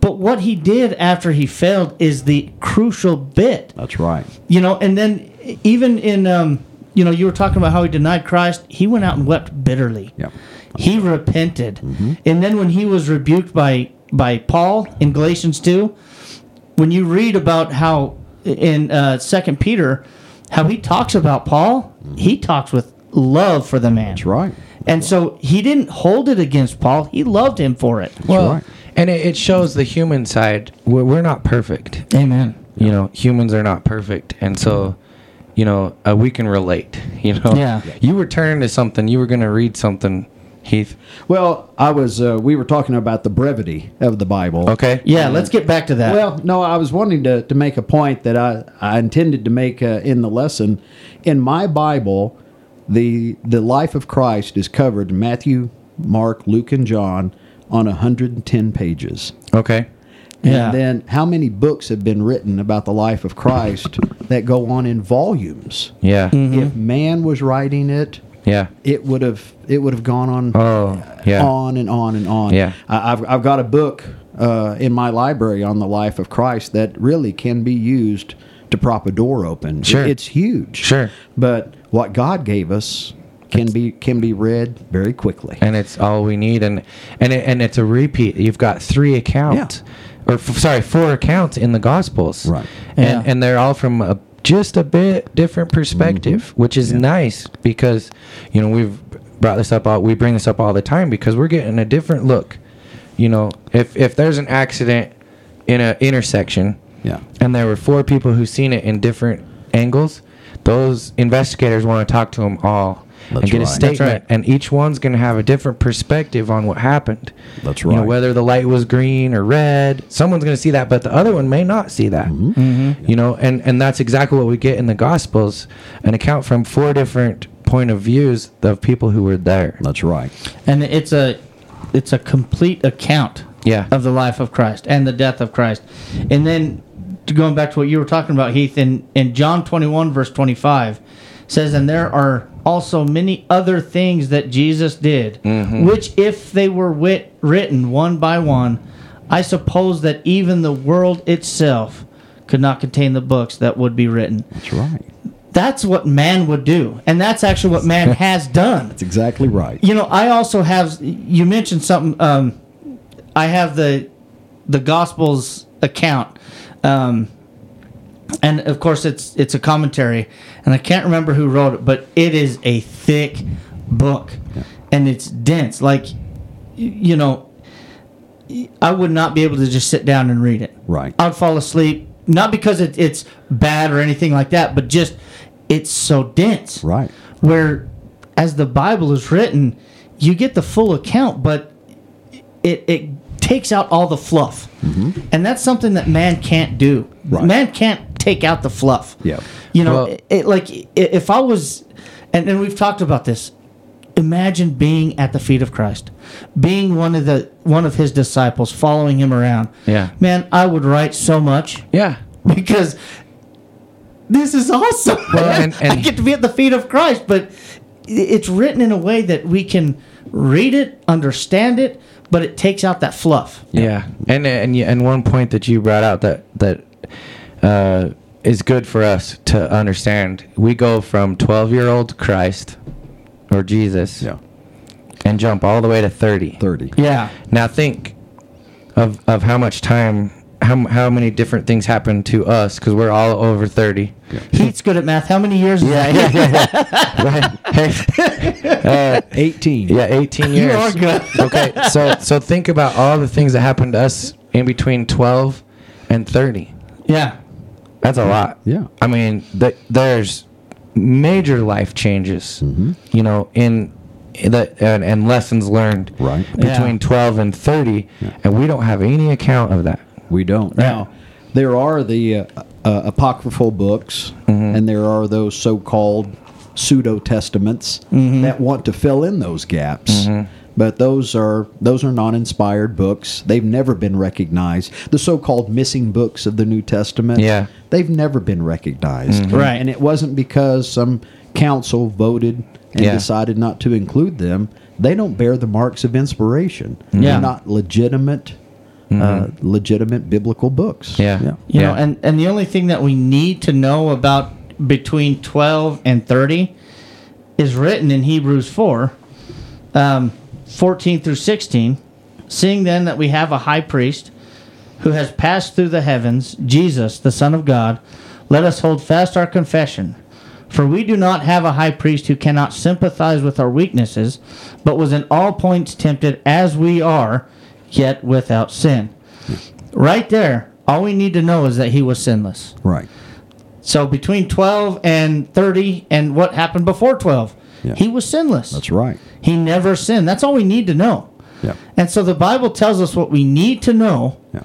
Speaker 2: but what he did after he failed is the crucial bit.
Speaker 3: That's right.
Speaker 2: You know, and then even in um, you know, you were talking about how he denied Christ. He went out and wept bitterly.
Speaker 3: Yeah. Mm-hmm.
Speaker 2: He repented, and then when he was rebuked by by Paul in Galatians two, when you read about how in uh, Second Peter, how he talks about Paul, he talks with love for the man.
Speaker 3: Mm-hmm. That's right.
Speaker 2: And so he didn't hold it against Paul. He loved him for it.
Speaker 1: Well,
Speaker 3: right.
Speaker 1: and it, it shows the human side. We're, we're not perfect.
Speaker 2: Amen.
Speaker 1: you know humans are not perfect and so you know uh, we can relate you know
Speaker 2: Yeah.
Speaker 1: you were turning to something you were going to read something heath
Speaker 3: Well, I was. Uh, we were talking about the brevity of the Bible.
Speaker 1: okay
Speaker 2: Yeah, let's get back to that.
Speaker 3: Well, no, I was wanting to, to make a point that I, I intended to make uh, in the lesson. In my Bible, the the life of Christ is covered in Matthew, Mark, Luke, and John on 110 pages.
Speaker 1: okay
Speaker 2: Yeah.
Speaker 3: And then how many books have been written about the life of Christ that go on in volumes?
Speaker 1: yeah
Speaker 2: Mm-hmm.
Speaker 3: If man was writing it,
Speaker 1: yeah
Speaker 3: it would have it would have gone on
Speaker 1: oh yeah
Speaker 3: on and on and on.
Speaker 1: Yeah.
Speaker 3: I, I've, I've got a book uh, in my library on the life of Christ that really can be used to prop a door open.
Speaker 1: Sure.
Speaker 3: It's huge.
Speaker 1: Sure.
Speaker 3: But what God gave us can be can be read very quickly.
Speaker 1: and it's all we need and and it, and it's a repeat you've got three accounts or f- sorry four accounts in the gospels
Speaker 3: Right.
Speaker 1: and
Speaker 2: Yeah.
Speaker 1: and they're all from a, just a bit different perspective
Speaker 3: Mm-hmm.
Speaker 1: which is nice because you know we've brought this up all we bring this up all the time because we're getting a different look you know if if there's an accident in an intersection
Speaker 3: Yeah.
Speaker 1: and there were four people who seen it in different angles those investigators want to talk to them all
Speaker 3: That's
Speaker 1: and get a
Speaker 3: right. That's
Speaker 1: statement
Speaker 2: right.
Speaker 1: and each one's going to have a different perspective on what happened.
Speaker 3: That's
Speaker 1: You know,
Speaker 3: right.
Speaker 1: whether the light was green or red, someone's going to see that, but the other one may not see that.
Speaker 3: Mm-hmm.
Speaker 1: You know, and and that's exactly what we get in the Gospels, an account from four different point of views of people who were there.
Speaker 3: That's right.
Speaker 2: and it's a it's a complete account
Speaker 1: Yeah.
Speaker 2: of the life of Christ and the death of Christ. And then to- going back to what you were talking about, Heath, in, in John twenty one verse twenty five says, And there are also many other things that Jesus did, which if they were wit- written one by one, I suppose that even the world itself could not contain the books that would be written.
Speaker 3: That's right.
Speaker 2: That's what man would do. And that's actually what man has done
Speaker 3: That's exactly right.
Speaker 2: you know i also have you mentioned something um i have the the gospels account um and of course it's it's a commentary and i can't remember who wrote it but it is a thick book and it's dense like y- you know i would not be able to just sit down and read it
Speaker 3: Right.
Speaker 2: i'd fall asleep not because it, it's bad or anything like that but just it's so dense
Speaker 3: Right.
Speaker 2: where as the bible is written you get the full account but it, it takes out all the fluff and that's something that man can't do
Speaker 3: Right.
Speaker 2: man can't take out the fluff.
Speaker 3: Yeah.
Speaker 2: You know,
Speaker 1: Well-
Speaker 2: it, it- like i- if I was, and, and we've talked about this. Imagine being at the feet of Christ, being one of the one of his disciples, following him around.
Speaker 1: Yeah.
Speaker 2: Man, I would write so much
Speaker 1: Yeah.
Speaker 2: because this is awesome.
Speaker 1: Well, and-
Speaker 2: I
Speaker 1: and-
Speaker 2: get to be at the feet of Christ, but i- it's written in a way that we can read it, understand it, but it takes out that fluff.
Speaker 1: Yeah, and and you- and one point that you brought out that that uh, is good for us to understand. We go from twelve-year-old Christ or Jesus,
Speaker 3: Yeah.
Speaker 1: and jump all the way to thirty.
Speaker 3: 30.
Speaker 2: Yeah.
Speaker 1: Now think of of how much time, how m- how many different things happen to us because we're all over thirty.
Speaker 2: Heat's good at math. How many years is that?
Speaker 1: right? Uh,
Speaker 3: 18.
Speaker 1: yeah, eighteen years.
Speaker 2: You are good.
Speaker 1: okay, so so think about all the things that happened to us in between twelve and thirty.
Speaker 2: Yeah.
Speaker 1: That's a lot.
Speaker 3: Yeah.
Speaker 1: I mean, th- there's major life changes,
Speaker 3: Mm-hmm.
Speaker 1: you know, in the and, and lessons learned
Speaker 3: Right.
Speaker 1: between
Speaker 2: Yeah.
Speaker 1: 12 and 30, and we don't have any account of that.
Speaker 3: We don't. Now, there are the uh, uh, apocryphal books,
Speaker 1: Mm-hmm.
Speaker 3: and there are those so called pseudo testaments
Speaker 1: Mm-hmm.
Speaker 3: that want to fill in those gaps. But those are those are non-inspired books. They've never been recognized. The so-called missing books of the New Testament.
Speaker 1: Yeah. Mm-hmm.
Speaker 3: they've never been recognized.
Speaker 2: Right.
Speaker 3: and it wasn't because some council voted and
Speaker 1: Yeah.
Speaker 3: decided not to include them. They don't bear the marks of inspiration.
Speaker 1: Mm-hmm.
Speaker 2: Yeah.
Speaker 3: They're not legitimate uh, legitimate biblical books.
Speaker 1: Yeah.
Speaker 2: You know,
Speaker 1: Yeah.
Speaker 2: and, and the only thing that we need to know about between 12 and 30 is written in Hebrews 4, um, 14 through 16. Seeing then that we have a high priest who has passed through the heavens, Jesus, the Son of God, let us hold fast our confession. For we do not have a high priest who cannot sympathize with our weaknesses, but was in all points tempted as we are, yet without sin. Right there, all we need to know is that he was sinless.
Speaker 3: Right.
Speaker 2: So between 12 and 30 and what happened before 12,
Speaker 3: Yeah.
Speaker 2: he was sinless.
Speaker 3: That's right.
Speaker 2: He never sinned. That's all we need to know.
Speaker 3: Yeah.
Speaker 2: And so the Bible tells us what we need to know
Speaker 3: Yeah.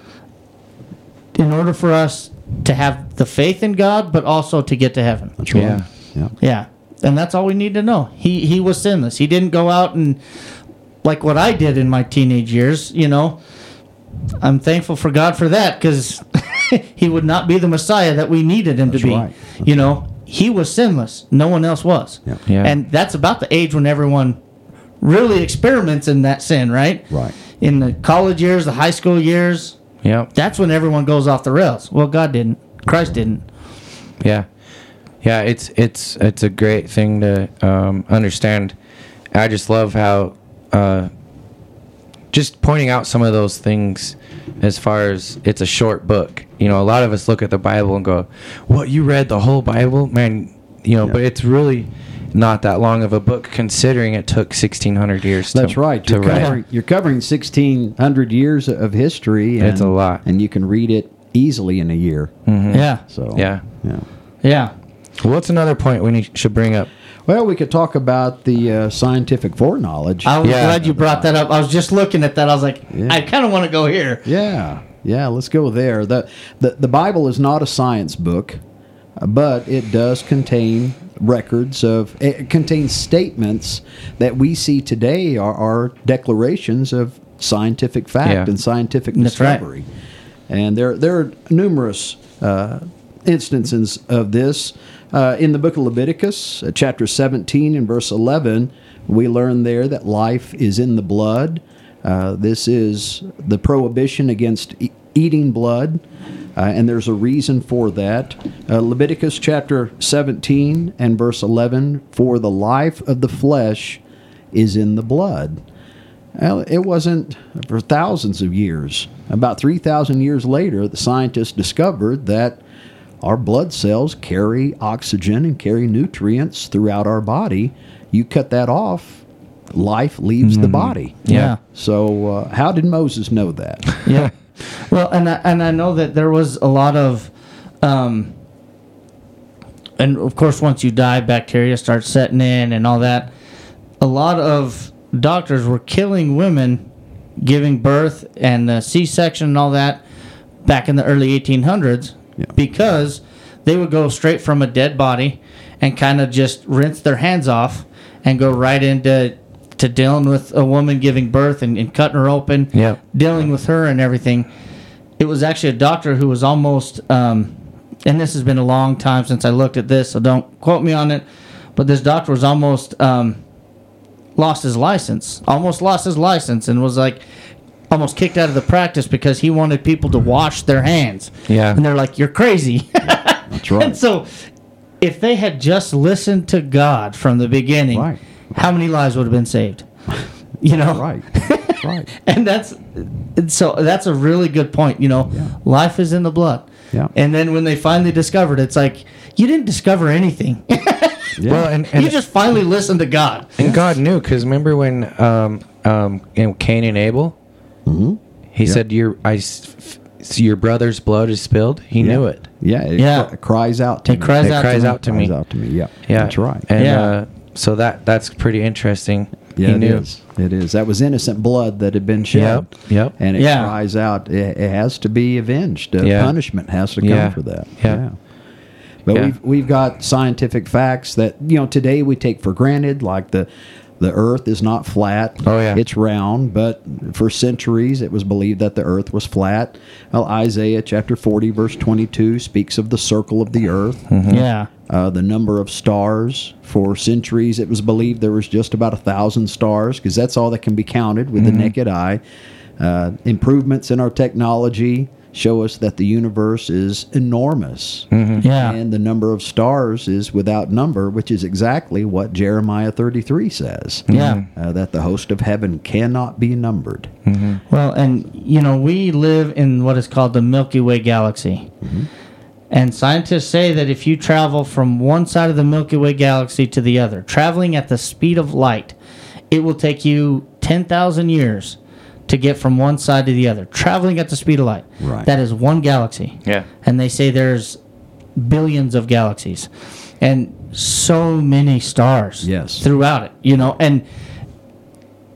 Speaker 2: in order for us to have the faith in God, but also to get to heaven.
Speaker 3: That's right.
Speaker 1: Yeah.
Speaker 3: Yeah.
Speaker 2: Yeah. And that's all we need to know. He he was sinless. He didn't go out and like what I did in my teenage years, you know. I'm thankful for God for that cuz he would not be the Messiah that we needed him
Speaker 3: That's
Speaker 2: to be.
Speaker 3: right.
Speaker 2: You know, he was sinless. No one else was.
Speaker 3: Yeah.
Speaker 1: Yeah.
Speaker 2: And that's about the age when everyone really experiments in that sin, right?
Speaker 3: Right.
Speaker 2: In the college years, the high school years,
Speaker 1: Yep.
Speaker 2: that's when everyone goes off the rails. Well, God didn't. Christ didn't.
Speaker 1: Yeah, yeah. It's it's it's a great thing to um, understand. I just love how uh, just pointing out some of those things as far as it's a short book. You know, a lot of us look at the Bible and go, "What you read the whole Bible, man?" You know, but it's really not that long of a book considering it took 1600 years to,
Speaker 3: That's right.
Speaker 1: to
Speaker 3: You're
Speaker 1: write
Speaker 3: covering, you're covering 1600 years of history. And,
Speaker 1: It's a lot. Mm.
Speaker 3: And you can read it easily in a year.
Speaker 2: Yeah.
Speaker 3: Mm-hmm. So,
Speaker 1: yeah
Speaker 3: Yeah.
Speaker 2: Yeah.
Speaker 1: what's another point we need, should bring up
Speaker 3: Well, we could talk about the uh, scientific foreknowledge.
Speaker 2: I was
Speaker 1: Yeah.
Speaker 2: glad you brought that up. I was just looking at that. I was like,
Speaker 3: Yeah.
Speaker 2: I kind of want to go here.
Speaker 3: Yeah, yeah. Let's go there. the the The Bible is not a science book, uh, but it does contain records of it contains statements that we see today are, are declarations of scientific fact
Speaker 1: Yeah.
Speaker 3: and scientific
Speaker 2: That's right.
Speaker 3: discovery. And there there are numerous uh, instances of this. Uh, in the book of Leviticus, uh, chapter 17 and verse 11, we learn there that life is in the blood. Uh, this is the prohibition against e- eating blood, uh, and there's a reason for that. Uh, Leviticus chapter 17 and verse 11 For the life of the flesh is in the blood. Well, it wasn't for thousands of years. About 3,000 years later, the scientists discovered that our blood cells carry oxygen and carry nutrients throughout our body. You cut that off, life leaves the body.
Speaker 1: Mm-hmm. Yeah.
Speaker 3: So, uh, how did Moses know that?
Speaker 2: Yeah. well, and I, and I know that there was a lot of, um, and of course, once you die, bacteria start setting in and all that. A lot of doctors were killing women giving birth and the C section and all that back in the early 1800s
Speaker 3: Yeah.
Speaker 2: because they would go straight from a dead body and kind of just rinse their hands off and go right into to dealing with a woman giving birth and, and cutting her open,
Speaker 1: Yep.
Speaker 2: dealing with her and everything. It was actually a doctor who was almost, um, and this has been a long time since I looked at this, so don't quote me on it, but this doctor was almost um, lost his license, almost lost his license, and was like almost kicked out of the practice because he wanted people to wash their hands.
Speaker 1: Yeah.
Speaker 2: And they're like, you're crazy.
Speaker 3: That's right.
Speaker 2: And so, if they had just listened to God from the beginning,
Speaker 3: Right.
Speaker 2: how many lives would have been saved? You know,
Speaker 3: right. That's right.
Speaker 2: and that's and so that's a really good point. You know,
Speaker 3: Yeah.
Speaker 2: life is in the blood.
Speaker 3: Yeah.
Speaker 2: And then when they finally discovered, it, it's like you didn't discover anything.
Speaker 3: Yeah.
Speaker 1: Well, and, and
Speaker 2: you just finally listened to God.
Speaker 1: And God knew, because remember when um, um, in Cain and Abel,
Speaker 3: Mm-hmm.
Speaker 1: he said, "Your I s- f- your brother's blood is spilled." He knew it.
Speaker 3: yeah, it
Speaker 2: Yeah.
Speaker 3: cr- cries out to
Speaker 2: It
Speaker 3: me.
Speaker 2: cries
Speaker 1: It
Speaker 2: out.
Speaker 1: cries
Speaker 2: to
Speaker 1: out to me.
Speaker 3: cries out to me. Yeah,
Speaker 1: Yeah,
Speaker 3: that's right.
Speaker 1: And
Speaker 2: Yeah.
Speaker 1: uh, so that that's pretty interesting.
Speaker 3: yeah,
Speaker 1: he
Speaker 3: it
Speaker 1: knew.
Speaker 3: is. It is. That was innocent blood that had been shed.
Speaker 1: Yep, yep.
Speaker 3: And it
Speaker 2: Yeah.
Speaker 3: cries out. It, it has to be avenged. Uh,
Speaker 1: Yeah.
Speaker 3: Punishment has to come
Speaker 1: Yeah.
Speaker 3: for that.
Speaker 1: Yeah.
Speaker 3: But
Speaker 1: Yeah.
Speaker 3: we've we've got scientific facts that you know today we take for granted, like the the Earth is not flat.
Speaker 1: Oh, yeah.
Speaker 3: it's round. But for centuries, it was believed that the Earth was flat. Well, Isaiah chapter forty verse twenty two speaks of the circle of the Earth
Speaker 2: Yeah.
Speaker 3: uh, the number of stars. For centuries, it was believed there was just about a thousand stars because that's all that can be counted with
Speaker 2: Mm-hmm.
Speaker 3: the naked eye. Uh, improvements in our technology show us that the universe is enormous.
Speaker 2: Mm-hmm. Yeah.
Speaker 3: And the number of stars is without number, which is exactly what Jeremiah 33 says.
Speaker 2: Yeah. Mm-hmm.
Speaker 3: Uh, that the host of heaven cannot be numbered.
Speaker 2: Well, and you know, we live in what is called the Milky Way galaxy. And scientists say that if you travel from one side of the Milky Way galaxy to the other, traveling at the speed of light, it will take you 10,000 years to get from one side to the other, traveling at the speed of light.
Speaker 3: Right.
Speaker 2: That is one galaxy.
Speaker 1: Yeah.
Speaker 2: And they say there's billions of galaxies and so many stars
Speaker 3: Yes.
Speaker 2: throughout it, you know. And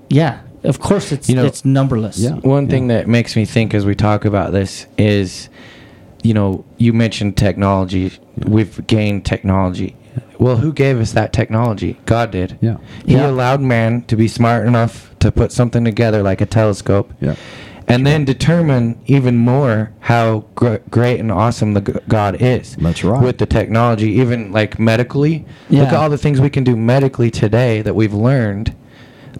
Speaker 2: yeah, of course it's
Speaker 1: You know-
Speaker 2: it's numberless.
Speaker 3: Yeah.
Speaker 1: One thing that makes me think as we talk about this is, you know, you mentioned technology. We've gained technology. Well, who gave us that technology? God did.
Speaker 3: Yeah.
Speaker 1: He
Speaker 2: Yeah.
Speaker 1: allowed man to be smart enough to put something together like a telescope.
Speaker 3: Yeah.
Speaker 1: And then determine even more how gr- great and awesome the g- God is.
Speaker 3: That's right.
Speaker 1: With the technology, even like medically, look at
Speaker 2: Yeah.
Speaker 1: all the things we can do medically today that we've learned,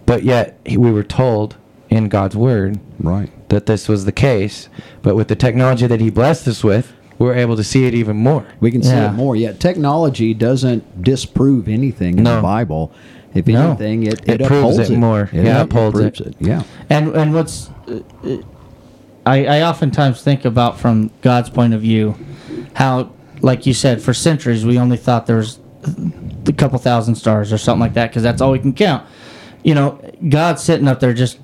Speaker 1: but yet he- we were told in God's word
Speaker 3: Right.
Speaker 1: that this was the case. But with the technology that He blessed us with, we were able to see it even more.
Speaker 3: We can
Speaker 2: Yeah.
Speaker 3: see it more. Yet technology doesn't disprove anything in
Speaker 1: No.
Speaker 3: the Bible. If
Speaker 2: No.
Speaker 3: anything, it,
Speaker 1: It
Speaker 3: it,
Speaker 1: proves
Speaker 3: upholds
Speaker 1: it more. Yeah, upholds it.
Speaker 3: proves Yeah.
Speaker 2: And and what's uh, uh, I I oftentimes think about from God's point of view how like you said for centuries we only thought there was a couple thousand stars or something like that because that's all we can count. You know, God's sitting up there just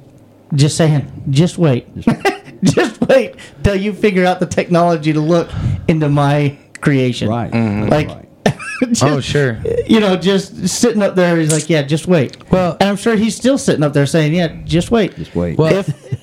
Speaker 2: just saying, just wait. just wait till you figure out the technology to look into my creation.
Speaker 3: Right.
Speaker 1: Mm-hmm.
Speaker 2: Like
Speaker 3: Right.
Speaker 2: just-
Speaker 1: Oh, sure.
Speaker 2: you know, just sitting up there. He's like, yeah, just wait.
Speaker 1: Well-
Speaker 2: and I'm sure he's still sitting up there saying, yeah, just wait.
Speaker 3: Just wait.
Speaker 1: Well,
Speaker 2: if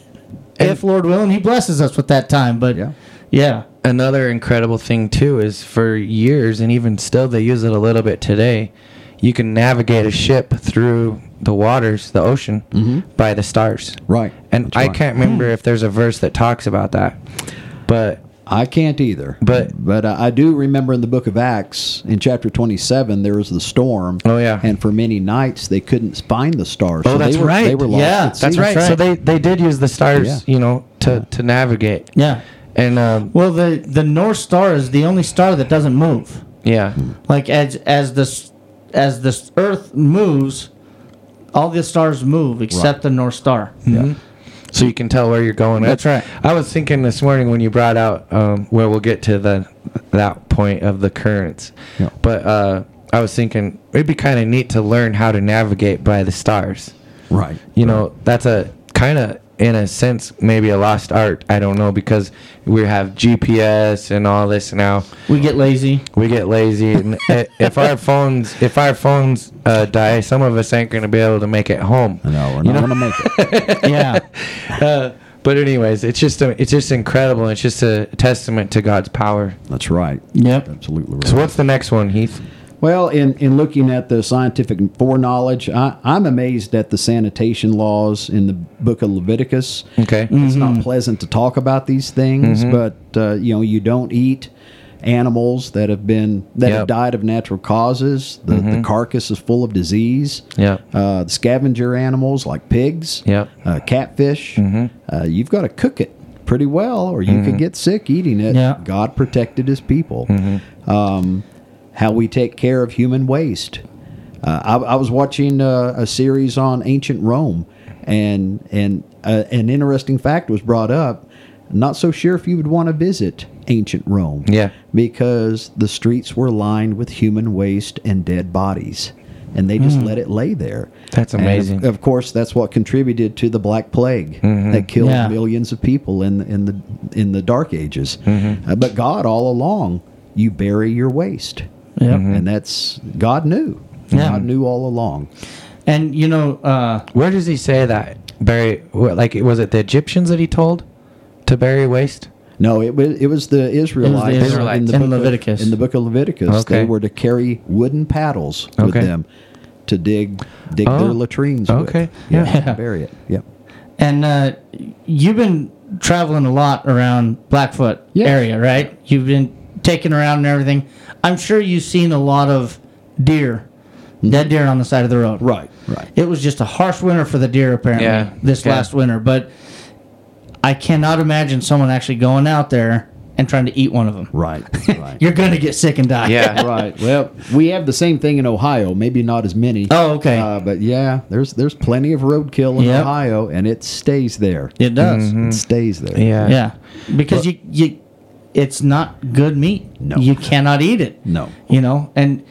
Speaker 2: if Lord willing, he blesses us with that time. But
Speaker 3: Yeah.
Speaker 2: yeah,
Speaker 1: another incredible thing too is for years, and even still, they use it a little bit today. You can navigate a ship through the waters, the ocean, by the stars.
Speaker 3: Right.
Speaker 1: And
Speaker 3: That's
Speaker 1: I
Speaker 3: right.
Speaker 1: can't remember if there's a verse that talks about that, but
Speaker 3: I can't either.
Speaker 1: But-
Speaker 3: but I I do remember in the book of Acts in chapter 27 there was the storm.
Speaker 1: Oh, yeah.
Speaker 3: And for many nights they couldn't find the stars.
Speaker 1: Oh, that's
Speaker 3: they were,
Speaker 1: right.
Speaker 3: They were lost.
Speaker 2: Yeah,
Speaker 3: at sea.
Speaker 1: that's right. So they, they did use the stars,
Speaker 3: Yeah.
Speaker 1: you know, to, to navigate.
Speaker 2: yeah.
Speaker 1: And um,
Speaker 2: Well, the the North Star is the only star that doesn't move.
Speaker 1: yeah,
Speaker 2: Like as as this as this Earth moves, all the stars move except the North Star.
Speaker 1: so you can tell where you're going.
Speaker 2: That's right.
Speaker 1: I was thinking this morning when you brought out um, where we'll get to the that point of the currents,
Speaker 3: Yeah.
Speaker 1: but uh, I was thinking it'd be kind of neat to learn how to navigate by the stars.
Speaker 3: Right.
Speaker 1: You know, that's a kind of in a sense maybe a lost art. I don't know because we have GPS and all this now.
Speaker 2: We get lazy.
Speaker 1: we get lazy and i- if our phones if our phones uh, die some of us ain't going to be able to make it home
Speaker 3: No, we're not
Speaker 1: You know?
Speaker 3: going to make it.
Speaker 2: Yeah.
Speaker 1: But anyways, it's just a, it's just incredible. It's just a testament to God's power.
Speaker 3: That's right.
Speaker 2: Yep.
Speaker 3: Absolutely right.
Speaker 1: So what's the next one, Heath?
Speaker 3: Well, in, in looking at the scientific foreknowledge, I, I'm amazed at the sanitation laws in the book of Leviticus.
Speaker 1: Okay.
Speaker 3: It's not pleasant to talk about these
Speaker 1: Mm-hmm.
Speaker 3: things, but uh, you know, you don't eat animals that have been that
Speaker 1: Yep. Mm-hmm.
Speaker 3: have died of natural causes. The, the carcass is full of disease.
Speaker 1: Yep.
Speaker 3: Uh, scavenger animals like pigs.
Speaker 1: Yep. Mm-hmm.
Speaker 3: Uh, catfish. Uh, you've got to cook it pretty well, or you could get sick eating it.
Speaker 2: Yeah.
Speaker 3: God protected His people.
Speaker 1: Mm-hmm.
Speaker 3: Um, how we take care of human waste. Uh, I, I was watching uh, a series on ancient Rome, and and uh, an interesting fact was brought up. Not so sure if you would want to visit ancient Rome.
Speaker 1: Yeah.
Speaker 3: because the streets were lined with human waste and dead bodies, and they just let it lay there.
Speaker 1: Hmm. That's
Speaker 3: And of-
Speaker 1: amazing. Mm-hmm.
Speaker 3: of course, that's what contributed to the Black Plague that killed
Speaker 2: Yeah.
Speaker 3: millions of people in in the in the Dark Ages. Uh, but God, all along, you bury your waste,
Speaker 2: Yep.
Speaker 3: and that's God knew.
Speaker 2: Yeah.
Speaker 3: God knew all along.
Speaker 2: And you know, uh,
Speaker 1: Where does he say that? Bury what, like was it the Egyptians that he told to bury waste?
Speaker 3: No, it was it was the Israelites,
Speaker 2: Israelites. In
Speaker 3: book of-
Speaker 2: Leviticus.
Speaker 3: in the book of Leviticus,
Speaker 1: Okay.
Speaker 3: they were to carry wooden paddles with
Speaker 1: Okay.
Speaker 3: them to dig dig
Speaker 1: Oh,
Speaker 3: their latrines.
Speaker 1: okay,
Speaker 3: with.
Speaker 1: yeah.
Speaker 3: bury it. Yeah,
Speaker 2: and uh, you've been traveling a lot around Blackfoot
Speaker 3: Yeah.
Speaker 2: area, right? You've been taking around and everything. I'm sure you've seen a lot of deer, dead deer on the side of the road.
Speaker 3: right, right.
Speaker 2: It was just a harsh winter for the deer, apparently,
Speaker 1: Yeah,
Speaker 2: this
Speaker 1: yeah.
Speaker 2: last winter. But I cannot imagine someone actually going out there and trying to eat one of them.
Speaker 3: Right, right.
Speaker 2: You're going to get sick and die.
Speaker 1: Yeah.
Speaker 3: right. Well, we have the same thing in Ohio. Maybe not as many.
Speaker 2: Oh, okay.
Speaker 3: Uh, but yeah, there's there's plenty of roadkill in
Speaker 2: Yep.
Speaker 3: Ohio, and it stays there.
Speaker 2: it does.
Speaker 3: It stays there.
Speaker 1: Mm-hmm. yeah.
Speaker 2: Yeah, because you you, it's not good meat.
Speaker 3: No.
Speaker 2: you cannot eat it.
Speaker 3: No.
Speaker 2: you know, and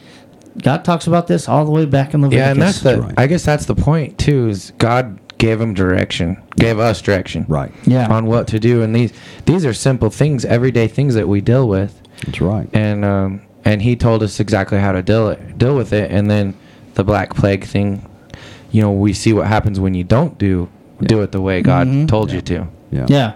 Speaker 2: God talks about this all the way back in Leviticus.
Speaker 1: Yeah, and that's the.
Speaker 3: right.
Speaker 1: I guess that's the point too. Is God gave him direction, gave us direction,
Speaker 3: Right.
Speaker 2: Yeah.
Speaker 1: on what to do, and these these are simple things, everyday things that we deal with,
Speaker 3: That's right.
Speaker 1: and um, and he told us exactly how to deal it, deal with it, and then the black plague thing, you know, we see what happens when you don't do do it the way God told you to.
Speaker 3: Mm-hmm. Yeah.
Speaker 2: yeah,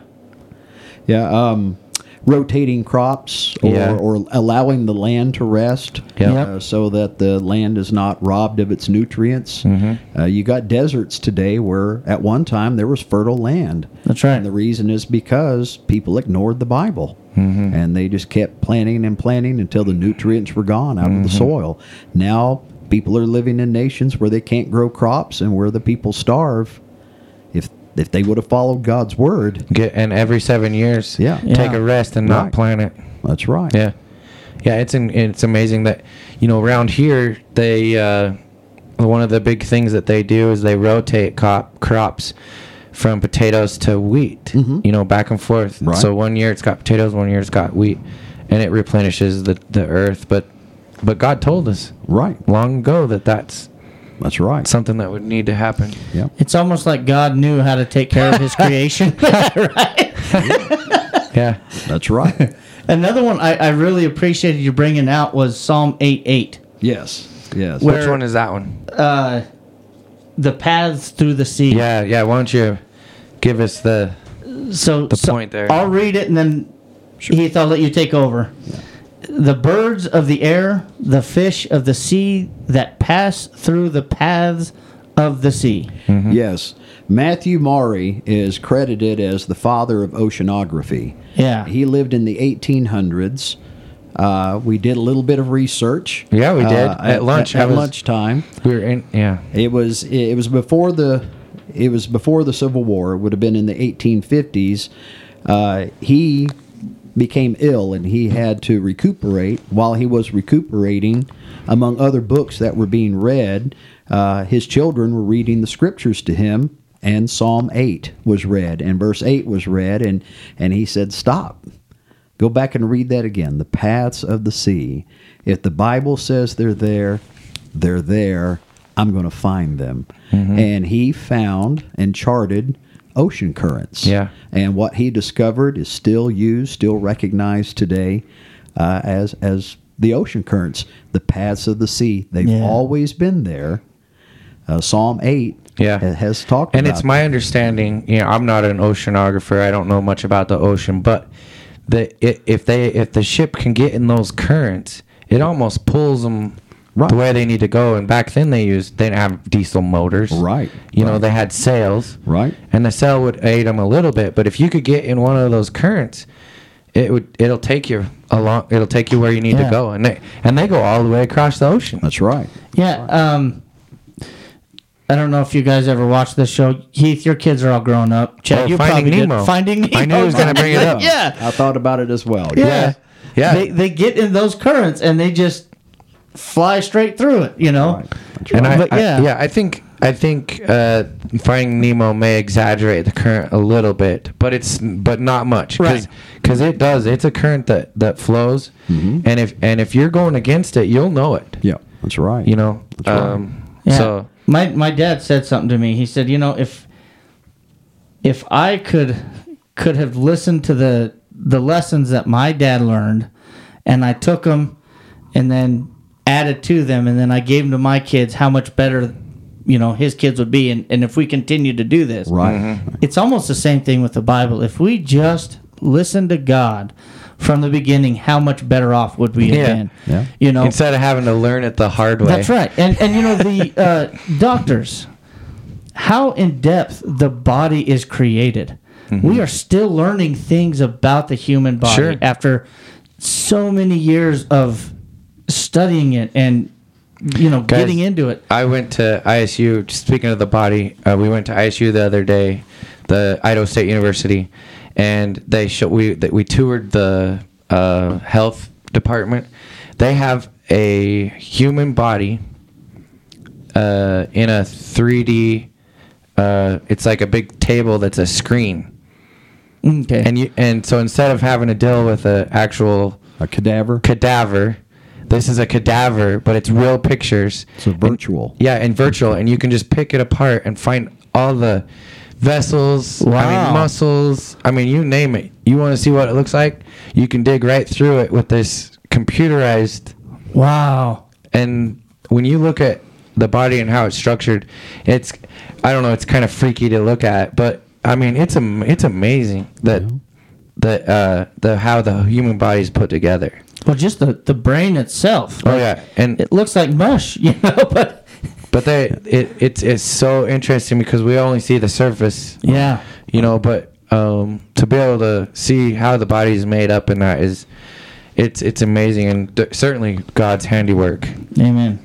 Speaker 3: Yeah. Um, rotating crops or,
Speaker 1: Yeah.
Speaker 3: or allowing the land to rest
Speaker 1: Yeah.
Speaker 2: Yep.
Speaker 3: uh, so that the land is not robbed of its nutrients.
Speaker 2: Mm-hmm.
Speaker 3: Uh, you got deserts today where at one time there was fertile land.
Speaker 2: that's right.
Speaker 3: And the reason is because people ignored the Bible. And they just kept planting and planting until the nutrients were gone out of the soil. Now people are living in nations where they can't grow crops and where the people starve. If if they would have followed God's word,
Speaker 1: Get and every seven years,
Speaker 3: Yeah.
Speaker 1: take
Speaker 2: Yeah.
Speaker 1: a rest and
Speaker 3: Right.
Speaker 1: not plan it.
Speaker 3: that's right.
Speaker 1: Yeah, yeah. It's in, it's amazing that you know around here they uh, one of the big things that they do is they rotate cop, crops from potatoes to wheat. You know, back and forth.
Speaker 3: Right.
Speaker 1: So one year it's got potatoes, one year it's got wheat, and it replenishes the the earth. But but God told us
Speaker 3: Right.
Speaker 1: long ago that that's
Speaker 3: That's right.
Speaker 1: something that would need to happen.
Speaker 3: Yeah.
Speaker 2: It's almost like God knew how to take care of His creation.
Speaker 1: Yeah.
Speaker 3: That's right.
Speaker 2: Another one I, I really appreciated you bringing out was Psalm eight eight.
Speaker 3: yes. Yes.
Speaker 2: Where-
Speaker 1: Which one is that one?
Speaker 2: Uh, the paths through the sea.
Speaker 1: Yeah, yeah. Why don't you give us the
Speaker 2: so the
Speaker 1: point there.
Speaker 2: I'll read it and then Heath, I'll let you take over. The birds of the air, the fish of the sea that pass through the paths of the sea.
Speaker 1: Hmm.
Speaker 3: Yes. Matthew Maury is credited as the father of oceanography.
Speaker 2: Yeah.
Speaker 3: He lived in the 1800s. Uh, we did a little bit of research.
Speaker 1: Yeah, we did.
Speaker 3: uh,
Speaker 1: At lunch,
Speaker 3: At,
Speaker 1: I was-
Speaker 3: lunchtime,
Speaker 1: we were in yeah.
Speaker 3: it was it was before the it was before the Civil War. It would have been in the 1850s. Uh, he became ill and he had to recuperate. While he was recuperating, among other books that were being read, uh, his children were reading the scriptures to him. And Psalm 8 was read, and verse 8 was read, and, and he said, Stop. Go back and read that again. The paths of the sea. If the Bible says they're there, they're there. I'm going to find them.
Speaker 1: Mm-hmm.
Speaker 3: And he found and charted ocean currents.
Speaker 1: Yeah.
Speaker 3: And what he discovered is still used, still recognized today uh, as as the ocean currents, the paths of the sea. They've
Speaker 2: Yeah.
Speaker 3: always been there. uh, Psalm 8
Speaker 1: Yeah.
Speaker 3: ha- has talked
Speaker 1: And
Speaker 3: about.
Speaker 1: it's my understanding, you know, I'm not an oceanographer. I don't know much about the ocean, but the i- if they if the ship can get in those currents, it almost pulls them
Speaker 3: Right.
Speaker 1: the way they need to go. And back then they used they didn't have diesel motors,
Speaker 3: Right,
Speaker 1: You know, they had sails,
Speaker 3: Right.
Speaker 1: And the sail would aid them a little bit, but if you could get in one of those currents, it would it'll take you along. It'll take you where you need
Speaker 2: Yeah.
Speaker 1: to go, and they and they go all the way across the ocean.
Speaker 3: That's right.
Speaker 2: Yeah. Um, I don't know if you guys ever watched this show. Heath, your kids are all grown up. Chad,
Speaker 1: Oh,
Speaker 2: you
Speaker 1: Finding
Speaker 2: probably
Speaker 1: Nemo.
Speaker 2: did. Finding Nemo.
Speaker 1: I knew he was gonna bring it up.
Speaker 2: yeah.
Speaker 3: I thought about it as well.
Speaker 2: Yeah.
Speaker 1: Yeah.
Speaker 2: They, they get in those currents and they just fly straight through it, you know?
Speaker 1: And I,
Speaker 2: But
Speaker 1: I-
Speaker 2: yeah.
Speaker 1: yeah. I think I think uh, Finding Nemo may exaggerate the current a little bit, but it's but not much,
Speaker 2: Right.
Speaker 1: Because it does. It's a current that that flows,
Speaker 2: Mm-hmm.
Speaker 1: and if and if you're going against it, you'll know it.
Speaker 3: Yeah, that's right.
Speaker 1: You know.
Speaker 3: right.
Speaker 1: Um,
Speaker 2: Yeah.
Speaker 1: So
Speaker 2: my my dad said something to me. He said, "You know, if if I could could have listened to the the lessons that my dad learned, and I took them, and then added to them, and then I gave them to my kids, how much better, you know, his kids would be, and, and if we continue to do this,
Speaker 3: right. Mm-hmm.
Speaker 2: it's almost the same thing with the Bible. If we just listen to God from the beginning, how much better off would we
Speaker 1: Yeah.
Speaker 2: have been?
Speaker 3: Yeah.
Speaker 2: You know,
Speaker 1: instead of having to learn it the hard way,
Speaker 2: that's right. And and you know the uh, doctors, how in depth the body is created. We are still learning things about the human body
Speaker 1: Mm-hmm. Sure.
Speaker 2: after so many years of studying it and you know
Speaker 1: Guys,
Speaker 2: getting into it.
Speaker 1: I went to ISU. Speaking of the body, uh, we went to ISU the other day, the Idaho State University, and they show, we that we toured the uh, health department. They have a human body uh, in a 3D. Uh, it's like a big table that's a screen,
Speaker 2: Okay.
Speaker 1: and you and so instead of having to deal with an actual
Speaker 3: A cadaver.
Speaker 1: cadaver, this is a cadaver, but it's real pictures.
Speaker 3: It's a virtual.
Speaker 1: Yeah, and virtual, and you can just pick it apart and find all the vessels. I
Speaker 2: Wow.
Speaker 1: mean, muscles. I mean, you name it. You want to see what it looks like? You can dig right through it with this computerized.
Speaker 2: wow.
Speaker 1: And when you look at the body and how it's structured, it's I don't know. It's kind of freaky to look at, but I mean, it's am- it's amazing that that uh, the how the human body is put together.
Speaker 2: Well, just the the brain itself.
Speaker 1: Oh yeah, and
Speaker 2: It looks like mush, you know, but
Speaker 1: but they it, it's it's so interesting because we only see the surface.
Speaker 2: yeah.
Speaker 1: you know but um to be able to see how the body is made up and that is it's it's amazing and d- certainly god's handiwork
Speaker 2: Amen.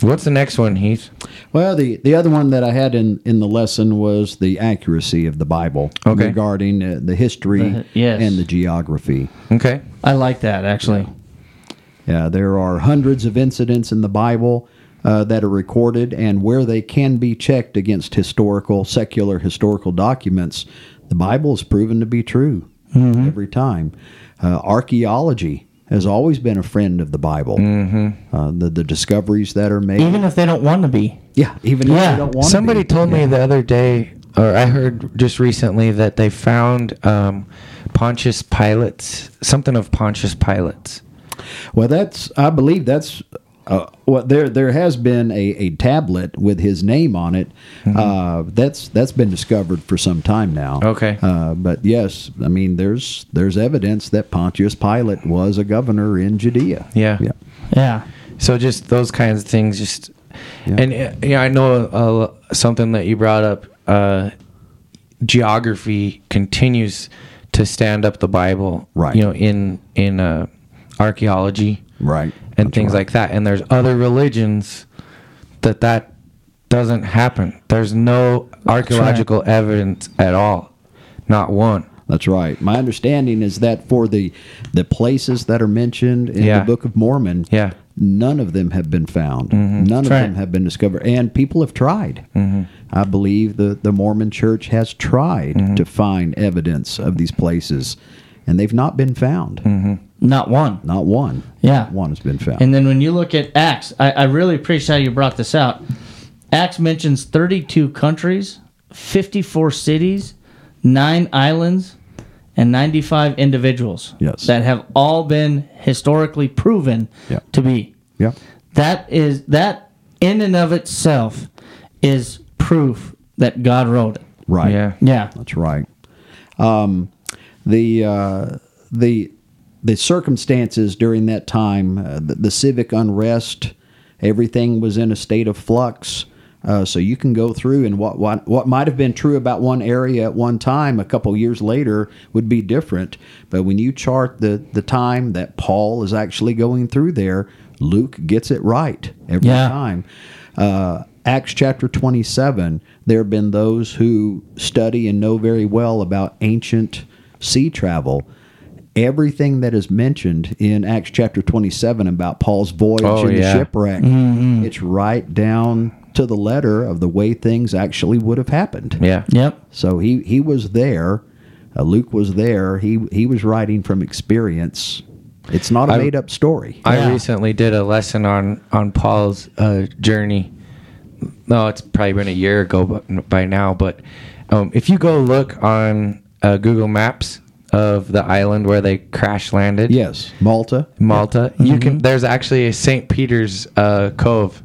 Speaker 1: what's the next one heath
Speaker 3: Well, the, the other one that I had in, in the lesson was the accuracy of the Bible
Speaker 1: Okay.
Speaker 3: regarding uh, the history
Speaker 2: The- yes.
Speaker 3: and the geography.
Speaker 1: okay
Speaker 2: I like that actually.
Speaker 3: Yeah, Uh, there are hundreds of incidents in the Bible uh, that are recorded, and where they can be checked against historical, secular historical documents, the Bible is proven to be true every time. Uh, archaeology has always been a friend of the Bible. Mm-hmm. Uh, the, the discoveries that are made.
Speaker 2: Even if they don't want to be.
Speaker 3: yeah, even if
Speaker 2: Yeah.
Speaker 3: you don't want
Speaker 1: somebody
Speaker 3: to be.
Speaker 1: told me the other day or i heard just recently that they found um pontius pilate's something of pontius pilate's
Speaker 3: Well, that's I believe that's uh, what there there has been a, a tablet with his name on it.
Speaker 1: Mm-hmm.
Speaker 3: Uh, that's that's been discovered for some time now.
Speaker 1: Okay.
Speaker 3: Uh, but yes, I mean there's there's evidence that Pontius Pilate was a governor in Judea.
Speaker 1: Yeah.
Speaker 3: Yeah.
Speaker 2: Yeah.
Speaker 1: So just those kinds of things, just and uh, yeah, I know uh, something that you brought up. Uh, geography continues to stand up the Bible,
Speaker 3: Right.
Speaker 1: You know, in in uh, archaeology,
Speaker 3: Right.
Speaker 1: and
Speaker 3: That's
Speaker 1: things
Speaker 3: right.
Speaker 1: like that. And there's other religions that that doesn't happen. There's no archaeological evidence at all, not one.
Speaker 3: That's right. My understanding is that for the the places that are mentioned in
Speaker 1: Yeah.
Speaker 3: the Book of Mormon,
Speaker 1: Yeah.
Speaker 3: none of them have been found. None of
Speaker 2: Mm-hmm. That's
Speaker 3: them
Speaker 2: right. Mm-hmm.
Speaker 3: have been discovered, and people have tried. I believe the the Mormon Church has tried
Speaker 2: Mm-hmm.
Speaker 3: to find evidence of these places, and they've not been found.
Speaker 2: Not one.
Speaker 3: Not one.
Speaker 2: Mm-hmm. Yeah.
Speaker 3: Not one has been found.
Speaker 2: And then when you look at Acts, I, I really appreciate how you brought this out. Acts mentions 32 countries, 54 cities, nine islands, and 95 individuals
Speaker 3: Yes.
Speaker 2: that have all been historically proven
Speaker 3: Yeah.
Speaker 2: to be.
Speaker 3: yeah.
Speaker 2: That is that in and of itself is proof that God wrote it.
Speaker 3: Right.
Speaker 1: Yeah.
Speaker 2: Yeah.
Speaker 3: That's right. Um, the uh, the the circumstances during that time, uh, the, the civic unrest, everything was in a state of flux. Uh, so you can go through, and what what what might have been true about one area at one time, a couple years later would be different. But when you chart the the time that Paul is actually going through there, Luke gets it right every
Speaker 2: Yeah.
Speaker 3: time time. Uh, Acts chapter 27, there have been those who study and know very well about ancient sea travel. Everything that is mentioned in Acts chapter 27 about Paul's voyage
Speaker 1: Oh,
Speaker 3: and
Speaker 1: yeah. Mm-hmm,
Speaker 3: the shipwreck, it's right down to the letter of the way things actually would have happened.
Speaker 1: Yeah.
Speaker 2: Yep.
Speaker 3: So he, he was there. Uh, Luke was there. He, he was writing from experience. It's not a made up story.
Speaker 1: I
Speaker 2: Yeah.
Speaker 1: recently did a lesson on on Paul's uh, journey. No, it's probably been a year ago but, by now. But um, if you go look on uh, Google Maps of the island where they crash landed,
Speaker 3: yes, Malta.
Speaker 1: Malta, you can. There's actually a St. Peter's uh, Cove.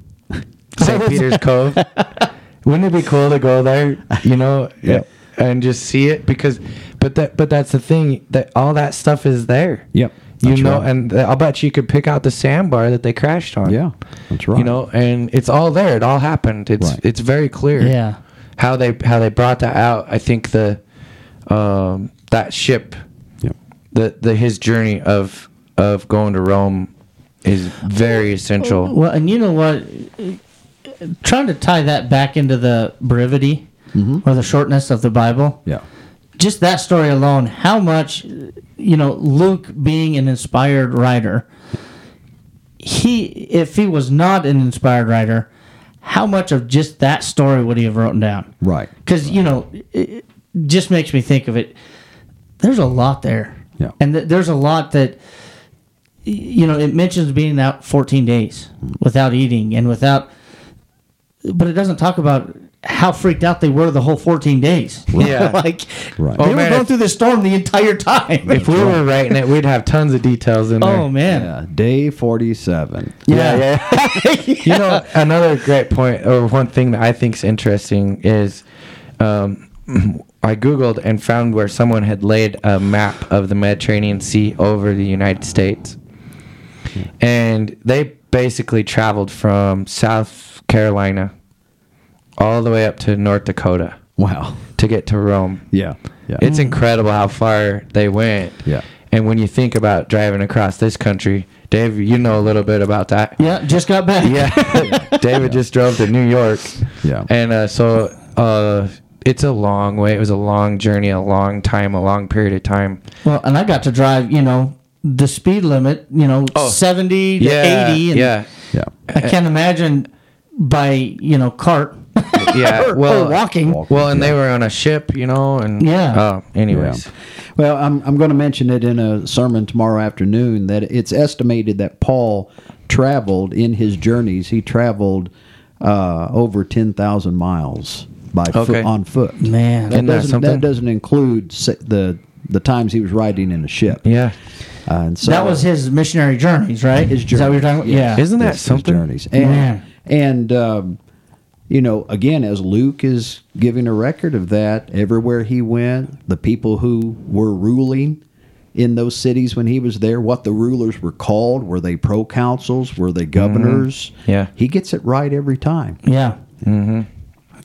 Speaker 1: St. Peter's Cove. Oh, Wouldn't it be cool to go there? You know,
Speaker 3: Yeah.
Speaker 1: and just see it because, but that but that's the thing that all that stuff is there.
Speaker 3: Yep,
Speaker 1: You
Speaker 3: that's
Speaker 1: know,
Speaker 3: right.
Speaker 1: and th- I'll bet you could pick out the sandbar that they crashed on.
Speaker 3: Yeah, that's right.
Speaker 1: You know, and it's all there. It all happened. It's
Speaker 3: Right.
Speaker 1: it's very clear.
Speaker 2: Yeah.
Speaker 1: How they how they brought that out. I think the um that ship
Speaker 3: Yep.
Speaker 1: the the his journey of of going to Rome is very essential.
Speaker 2: Well, and you know what? Trying to tie that back into the brevity
Speaker 3: Mm-hmm.
Speaker 2: or the shortness of the Bible.
Speaker 3: Yeah.
Speaker 2: Just that story alone, how much, you know, Luke being an inspired writer, he, if he was not an inspired writer, how much of just that story would he have written down?
Speaker 3: Right.
Speaker 2: because you know it it just makes me think of it there's a lot there
Speaker 3: Yeah.
Speaker 2: and th- there's a lot that y- you know it mentions being out 14 days without eating and without but it doesn't talk about how freaked out they were the whole 14 days
Speaker 1: Yeah.
Speaker 2: like
Speaker 3: Right.
Speaker 2: they
Speaker 1: Oh,
Speaker 2: were
Speaker 1: man,
Speaker 2: going
Speaker 1: if-
Speaker 2: through the storm the entire time
Speaker 1: If we were writing it, we'd have tons of details in there.
Speaker 2: oh man
Speaker 3: Yeah, day 47.
Speaker 1: Yeah, yeah. you know, another great point, or one thing that I think is interesting is um, I Googled and found where someone had laid a map of the Mediterranean Sea over the United States. And they basically traveled from South Carolina all the way up to North Dakota
Speaker 3: Wow.
Speaker 1: to get to Rome.
Speaker 3: Yeah. Yeah.
Speaker 1: It's incredible how far they went.
Speaker 3: Yeah.
Speaker 1: And when you think about driving across this country, Dave, you know a little bit about that.
Speaker 2: yeah just got back
Speaker 1: Yeah, David just drove to New York.
Speaker 3: Yeah.
Speaker 1: and uh, so uh, it's a long way. It was a long journey, a long time, a long period of time.
Speaker 2: well and i got to drive you know the speed limit you know 70 to 80 and
Speaker 1: Oh. yeah,
Speaker 3: yeah.
Speaker 2: I can't imagine by you know cart
Speaker 1: yeah.
Speaker 2: or,
Speaker 1: well,
Speaker 2: or walking.
Speaker 3: walk.
Speaker 1: Well, and they were on a ship, you know, and
Speaker 2: Yeah.
Speaker 1: Oh, anyways,
Speaker 3: Well, I'm, I'm going to mention it in a sermon tomorrow afternoon that it's estimated that Paul traveled in his journeys, he traveled uh, over 10,000 miles by
Speaker 1: Okay.
Speaker 3: foot, on foot.
Speaker 2: Man,
Speaker 3: That
Speaker 1: Isn't that
Speaker 3: doesn't,
Speaker 1: something?
Speaker 3: that doesn't include se- the the times he was riding in a ship.
Speaker 1: yeah.
Speaker 3: Uh, and so
Speaker 2: that was his missionary journeys, right?
Speaker 3: His
Speaker 2: Is that what you're talking about?
Speaker 3: journey,
Speaker 2: Yeah.
Speaker 3: yes.
Speaker 1: Isn't that
Speaker 3: his- his
Speaker 1: something?
Speaker 3: journeys. And,
Speaker 2: Man.
Speaker 3: and um, you know, again, as Luke is giving a record of that, everywhere he went, the people who were ruling in those cities when he was there, what the rulers were called, were they proconsuls, were they governors?
Speaker 1: Mm-hmm. Yeah.
Speaker 3: he gets it right every time.
Speaker 2: yeah. Mm-hmm.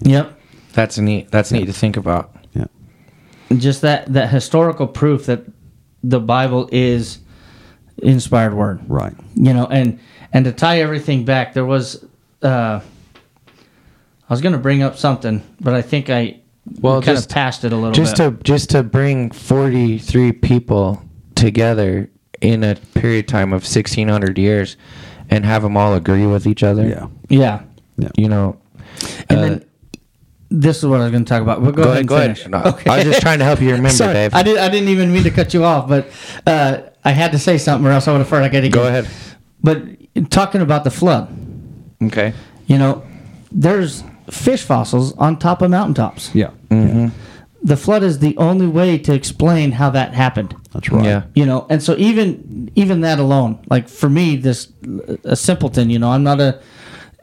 Speaker 2: Yep.
Speaker 1: That's neat. That's neat to think about.
Speaker 3: Yeah,
Speaker 2: Just that that historical proof that the Bible is inspired word.
Speaker 3: right.
Speaker 2: you know and and to tie everything back there was uh i was gonna bring up something but i think i
Speaker 1: Well,
Speaker 2: kind
Speaker 1: just-
Speaker 2: of passed it a little
Speaker 1: Just
Speaker 2: bit
Speaker 1: to just to bring forty three people together in a period of time of sixteen hundred years, and have them all agree with each other.
Speaker 3: Yeah,
Speaker 2: yeah
Speaker 1: you know.
Speaker 2: and
Speaker 1: uh,
Speaker 2: then this is what i was gonna talk about but go, ahead, and finish.
Speaker 1: No, I was just trying to help you remember,
Speaker 2: Sorry,
Speaker 1: Dave.
Speaker 2: I, did, I didn't even mean to cut you off, but uh, I had to say something or else I would have felt like I did.
Speaker 1: Go ahead.
Speaker 2: But talking about the flood,
Speaker 1: Okay.
Speaker 2: you know, there's fish fossils on top of mountaintops.
Speaker 3: yeah,
Speaker 1: Mm-hmm.
Speaker 3: yeah.
Speaker 2: The flood is the only way to explain how that happened.
Speaker 3: That's right.
Speaker 1: Yeah.
Speaker 2: you know and so even even that alone like for me this a simpleton you know i'm not a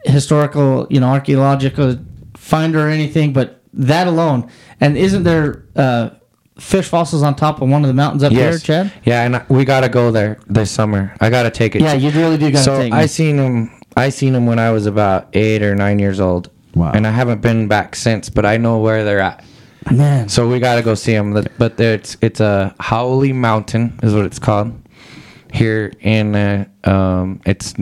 Speaker 2: historical, you know, archaeological finder or anything, but that alone. And isn't there uh, fish fossils on top of one of the mountains up
Speaker 1: Yes.
Speaker 2: here, Chad?
Speaker 1: Yeah, and I- we gotta go there this summer. I gotta take it.
Speaker 2: Yeah, you really do gotta
Speaker 1: so
Speaker 2: take
Speaker 1: I
Speaker 2: me.
Speaker 1: seen him. I seen him when I was about eight or nine years old.
Speaker 3: Wow.
Speaker 1: And I haven't been back since, but I know where they're at.
Speaker 2: Man,
Speaker 1: So we gotta go see them. But- But there- it's it's a Howley Mountain is what it's called here in uh, um it's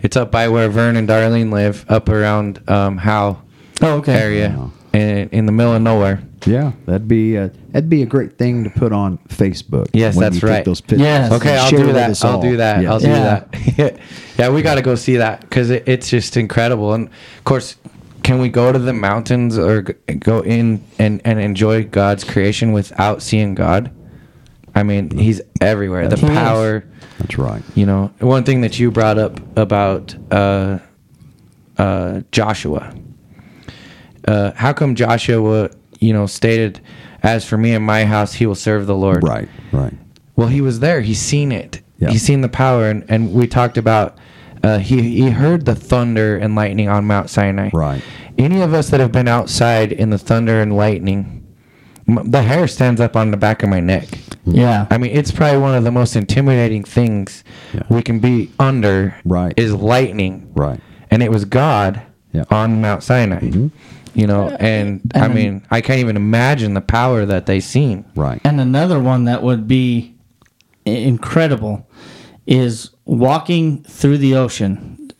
Speaker 1: it's up by where Vern and Darlene live up around um Howe
Speaker 2: oh okay.
Speaker 1: area in, in the middle of nowhere.
Speaker 3: Yeah, that'd be a, that'd be a great thing to put on Facebook.
Speaker 1: Yes,
Speaker 3: when
Speaker 1: that's
Speaker 3: you take
Speaker 1: right.
Speaker 3: Those pictures.
Speaker 2: Yes.
Speaker 1: Okay,
Speaker 3: and
Speaker 1: I'll
Speaker 3: share
Speaker 1: do
Speaker 3: with
Speaker 1: that.
Speaker 3: us
Speaker 1: I'll
Speaker 3: all.
Speaker 1: do that.
Speaker 3: Yeah.
Speaker 1: I'll do
Speaker 2: Yeah.
Speaker 1: that. yeah, we got to go see that because it, it's just incredible. And of course, can we go to the mountains or g- go in and, and enjoy God's creation without seeing God? I mean, He's everywhere. The
Speaker 2: He is.
Speaker 1: power,
Speaker 3: That's right.
Speaker 1: you know. One thing that you brought up about uh, uh, Joshua. Uh, how come Joshua, you know, stated, "As for me and my house, he will serve the Lord."
Speaker 3: Right. Right.
Speaker 1: Well, he was there. He's seen it.
Speaker 3: Yeah.
Speaker 1: He's seen the power, and, and we talked about uh, he he heard the thunder and lightning on Mount Sinai.
Speaker 3: Right.
Speaker 1: Any of us that have been outside in the thunder and lightning, m- the hair stands up on the back of my neck.
Speaker 3: Mm.
Speaker 2: Yeah.
Speaker 1: I mean, it's probably one of the most intimidating things
Speaker 3: Yeah.
Speaker 1: we can be under.
Speaker 3: Right.
Speaker 1: Is lightning.
Speaker 3: Right.
Speaker 1: And it was God
Speaker 3: Yeah. Mm-hmm.
Speaker 1: on Mount Sinai. You know, and, I
Speaker 2: And-
Speaker 1: mean, I can't even imagine the power that they seen.
Speaker 3: Right.
Speaker 2: And another one that would be i- incredible is walking through the ocean,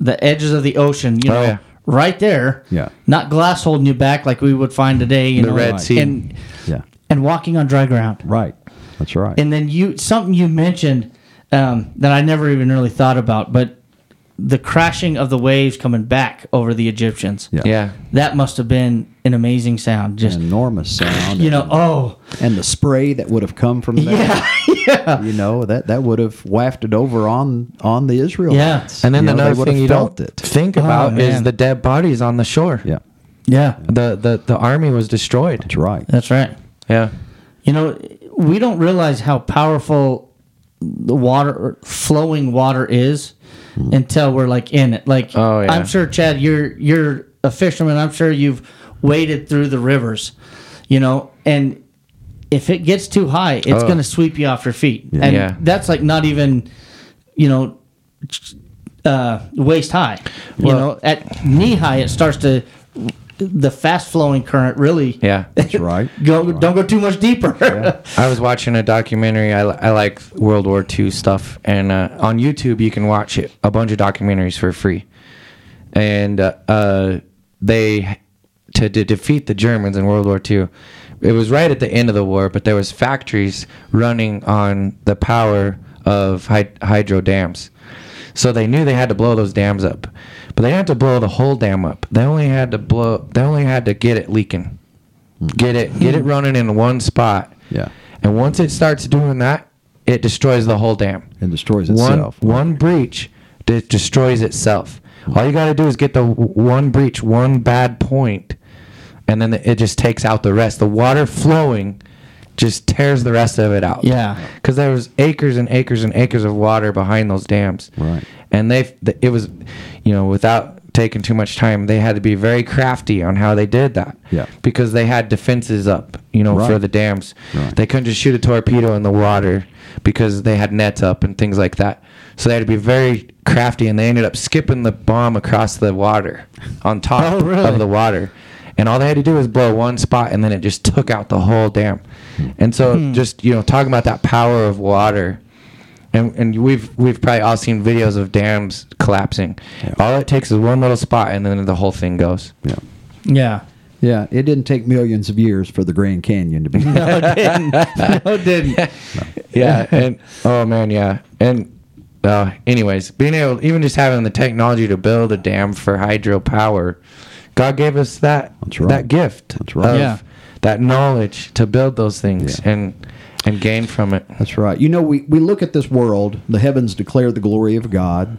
Speaker 2: the edges of the ocean, you
Speaker 1: Oh,
Speaker 2: know,
Speaker 1: yeah.
Speaker 2: right there.
Speaker 3: Yeah.
Speaker 2: Not glass holding you back like we would find today, you
Speaker 1: The
Speaker 2: know,
Speaker 1: Red
Speaker 2: like-
Speaker 1: Sea.
Speaker 2: and
Speaker 3: Yeah.
Speaker 2: and walking on dry ground.
Speaker 3: Right. That's right.
Speaker 2: And then you something you mentioned um, that I never even really thought about, but the crashing of the waves coming back over the Egyptians.
Speaker 3: yeah.
Speaker 1: Yeah.
Speaker 2: That must have been an amazing sound. Just
Speaker 3: An enormous sound.
Speaker 2: you know, oh
Speaker 3: and the spray that would have come from there.
Speaker 2: yeah,
Speaker 3: You know that that would have wafted over on on the Israelites.
Speaker 2: Yeah.
Speaker 1: And then
Speaker 3: You know, they
Speaker 1: another
Speaker 3: would
Speaker 1: thing
Speaker 3: have
Speaker 1: you
Speaker 3: felt
Speaker 1: don't
Speaker 3: it.
Speaker 1: think about is
Speaker 2: man.
Speaker 1: the dead bodies on the shore.
Speaker 3: Yeah,
Speaker 2: yeah.
Speaker 1: The the the army was destroyed.
Speaker 3: that's right.
Speaker 2: That's right.
Speaker 1: Yeah.
Speaker 2: You know, we don't realize how powerful the water, flowing water, is until we're like in it. Like,
Speaker 1: Hmm. Oh, yeah.
Speaker 2: I'm sure, Chad, you're you're a fisherman. I'm sure you've waded through the rivers, you know, and if it gets too high, it's
Speaker 1: Oh.
Speaker 2: going to sweep you off your feet, and
Speaker 1: Yeah.
Speaker 2: that's like not even, you know, uh, waist high. you
Speaker 1: Well-
Speaker 2: know, at knee high, it starts to the fast flowing current really
Speaker 1: Yeah.
Speaker 3: That's right.
Speaker 2: go don't go too much deeper.
Speaker 1: I was watching a documentary. I, li- I like World War II stuff, and uh, on YouTube you can watch it, a bunch of documentaries for free. And uh, uh, they to, to defeat the Germans in World War II. It was right at the end of the war, but there was factories running on the power of hy- hydro dams. So they knew they had to blow those dams up, but they had to blow the whole dam up. They only had to blow. They only had to get it leaking, get it get it running in one spot.
Speaker 3: Hmm. Yeah.
Speaker 1: And once it starts doing that, it destroys the whole dam.
Speaker 3: It destroys
Speaker 1: One
Speaker 3: itself.
Speaker 1: one breach de- destroys itself. All you got to do is get the w- one breach, one bad point, and then it just takes out the rest. The water flowing just tears the rest of it out.
Speaker 2: Yeah.
Speaker 1: Cuz there was acres and acres and acres of water behind those dams.
Speaker 3: Right.
Speaker 1: And they th- it was you know, without taking too much time, they had to be very crafty on how they did that.
Speaker 3: Yeah.
Speaker 1: Because they had defenses up, you know, for
Speaker 3: Right.
Speaker 1: the dams.
Speaker 3: Right.
Speaker 1: They couldn't just shoot a torpedo in the water because they had nets up and things like that. So they had to be very crafty, and they ended up skipping the bomb across the water on top
Speaker 2: Oh, really?
Speaker 1: of the water. And all they had to do was blow one spot, and then it just took out the whole dam. And so, just you know, talking about that power of water, and and we've we've probably all seen videos of dams collapsing. All it takes is one little spot, and then the whole thing goes.
Speaker 3: yeah.
Speaker 2: Yeah.
Speaker 3: Yeah, it didn't take millions of years for the Grand Canyon to be.
Speaker 2: No, it didn't. No, it didn't.
Speaker 1: yeah and oh man yeah and uh, anyways being able even just having the technology to build a dam for hydropower god gave us that
Speaker 3: That's right.
Speaker 1: that gift
Speaker 3: That's right.
Speaker 1: of
Speaker 2: Yeah.
Speaker 1: that knowledge to build those things
Speaker 3: Yeah.
Speaker 1: and and gain from it
Speaker 3: That's right. You know, we, we look at this world, the heavens declare the glory of God.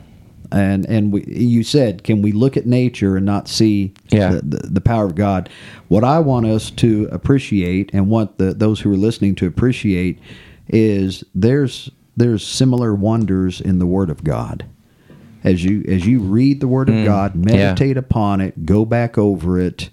Speaker 3: And and we, you said, can we look at nature and not see
Speaker 1: Yeah.
Speaker 3: the, the, the power of God? What I want us to appreciate and want the, those who are listening to appreciate is there's there's similar wonders in the Word of God. as you as you read the Word of God, meditate upon it, go back over it.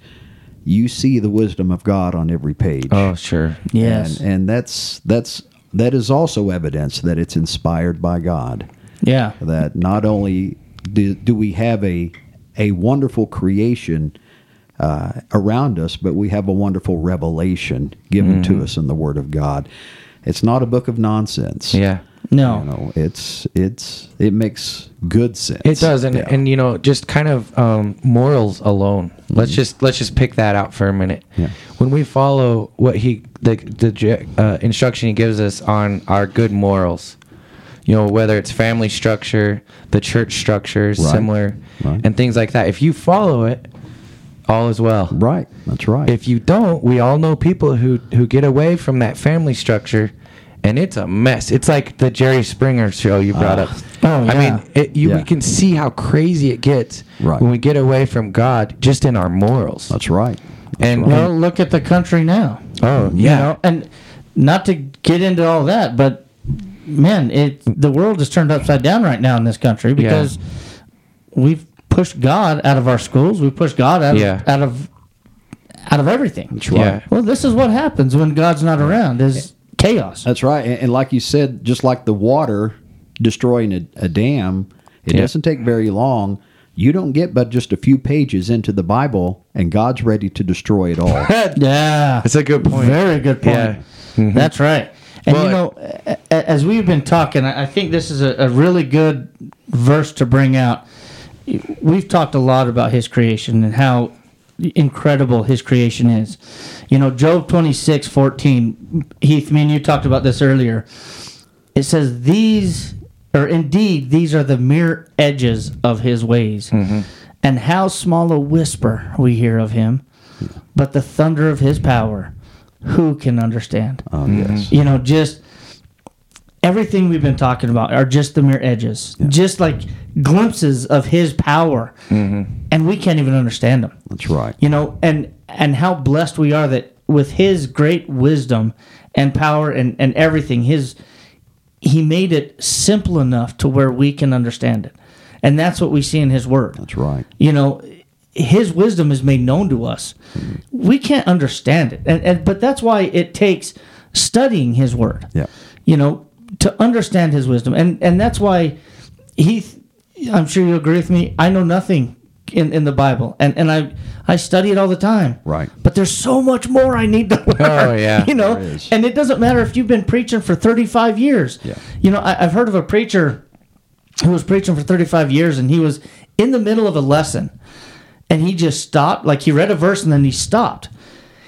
Speaker 3: You see the wisdom of God on every page.
Speaker 1: Oh, sure.
Speaker 2: Yes.
Speaker 3: and, and that's that's that is also evidence that it's inspired by God.
Speaker 2: yeah.
Speaker 3: That not only do, do we have a a wonderful creation uh, around us, but we have a wonderful revelation given to
Speaker 1: Mm-hmm.
Speaker 3: us in the Word of God. It's not a book of nonsense.
Speaker 1: Yeah.
Speaker 2: No.
Speaker 3: You know, it's it's it makes good sense.
Speaker 1: It does, and,
Speaker 3: Yeah.
Speaker 1: and you know, just kind of um, morals alone. Let's just let's just pick that out for a minute.
Speaker 3: Mm-hmm. Yeah.
Speaker 1: When we follow what he the the ge- uh, instruction he gives us on our good morals, you know, whether it's family structure, the church structure, is
Speaker 3: Right.
Speaker 1: similar,
Speaker 3: Right.
Speaker 1: and things like that. If you follow it, all is well.
Speaker 3: right. That's right.
Speaker 1: If you don't, we all know people who who get away from that family structure, and it's a mess. It's like the Jerry Springer show you brought up.
Speaker 2: Oh,
Speaker 1: I
Speaker 2: yeah.
Speaker 1: mean, it, you,
Speaker 3: Yeah.
Speaker 1: we can see how crazy it gets
Speaker 3: Right.
Speaker 1: when we get away from God just in our morals.
Speaker 3: that's right.
Speaker 1: and
Speaker 2: Well, look at the country now.
Speaker 1: oh
Speaker 2: You
Speaker 1: yeah,
Speaker 2: know, and not to get into all that, but man, it the world is turned upside down right now in this country because we've pushed God out of our schools. We pushed God out
Speaker 1: Yeah.
Speaker 2: of out of out of everything.
Speaker 1: right.
Speaker 2: Well, this is what happens when God's not around: is chaos.
Speaker 3: That's right. And, and like you said, just like the water destroying a, a dam, it
Speaker 1: Yeah.
Speaker 3: doesn't take very long. You don't get but just a few pages into the Bible, and God's ready to destroy it all.
Speaker 2: Yeah,
Speaker 1: that's a good point.
Speaker 2: Very good point.
Speaker 1: Yeah. Mm-hmm.
Speaker 2: That's right. And
Speaker 1: Well,
Speaker 2: you know, a- a- as we've been talking, I I think this is a, a really good verse to bring out. We've talked a lot about His creation and how incredible His creation is. You know, Job twenty six fourteen. Heath, me and you talked about this earlier. It says these, or indeed, these are the mere edges of His ways,
Speaker 1: Mm-hmm.
Speaker 2: and how small a whisper we hear of Him but the thunder of his power who can understand
Speaker 3: Oh, yes.
Speaker 2: you know just everything we've been talking about are just the mere edges just like glimpses of his power and we can't even understand them
Speaker 3: That's right.
Speaker 2: you know and and how blessed we are that with his great wisdom and power and and everything his he made it simple enough to where we can understand it and that's what we see in his word
Speaker 3: That's right.
Speaker 2: you know his wisdom is made known to us
Speaker 3: Mm-hmm.
Speaker 2: we can't understand it and, and but that's why it takes studying his word
Speaker 3: Yeah.
Speaker 2: you know to understand his wisdom and and that's why he i'm sure you agree with me i know nothing in, in the bible and and i i study it all the time
Speaker 3: Right.
Speaker 2: but there's so much more i need to learn
Speaker 1: Oh, yeah.
Speaker 2: you know
Speaker 3: There is.
Speaker 2: and it doesn't matter if you've been preaching for 35 years
Speaker 3: Yeah.
Speaker 2: you know I, i've heard of a preacher who was preaching for 35 years and he was in the middle of a lesson and he just stopped like he read a verse and then he stopped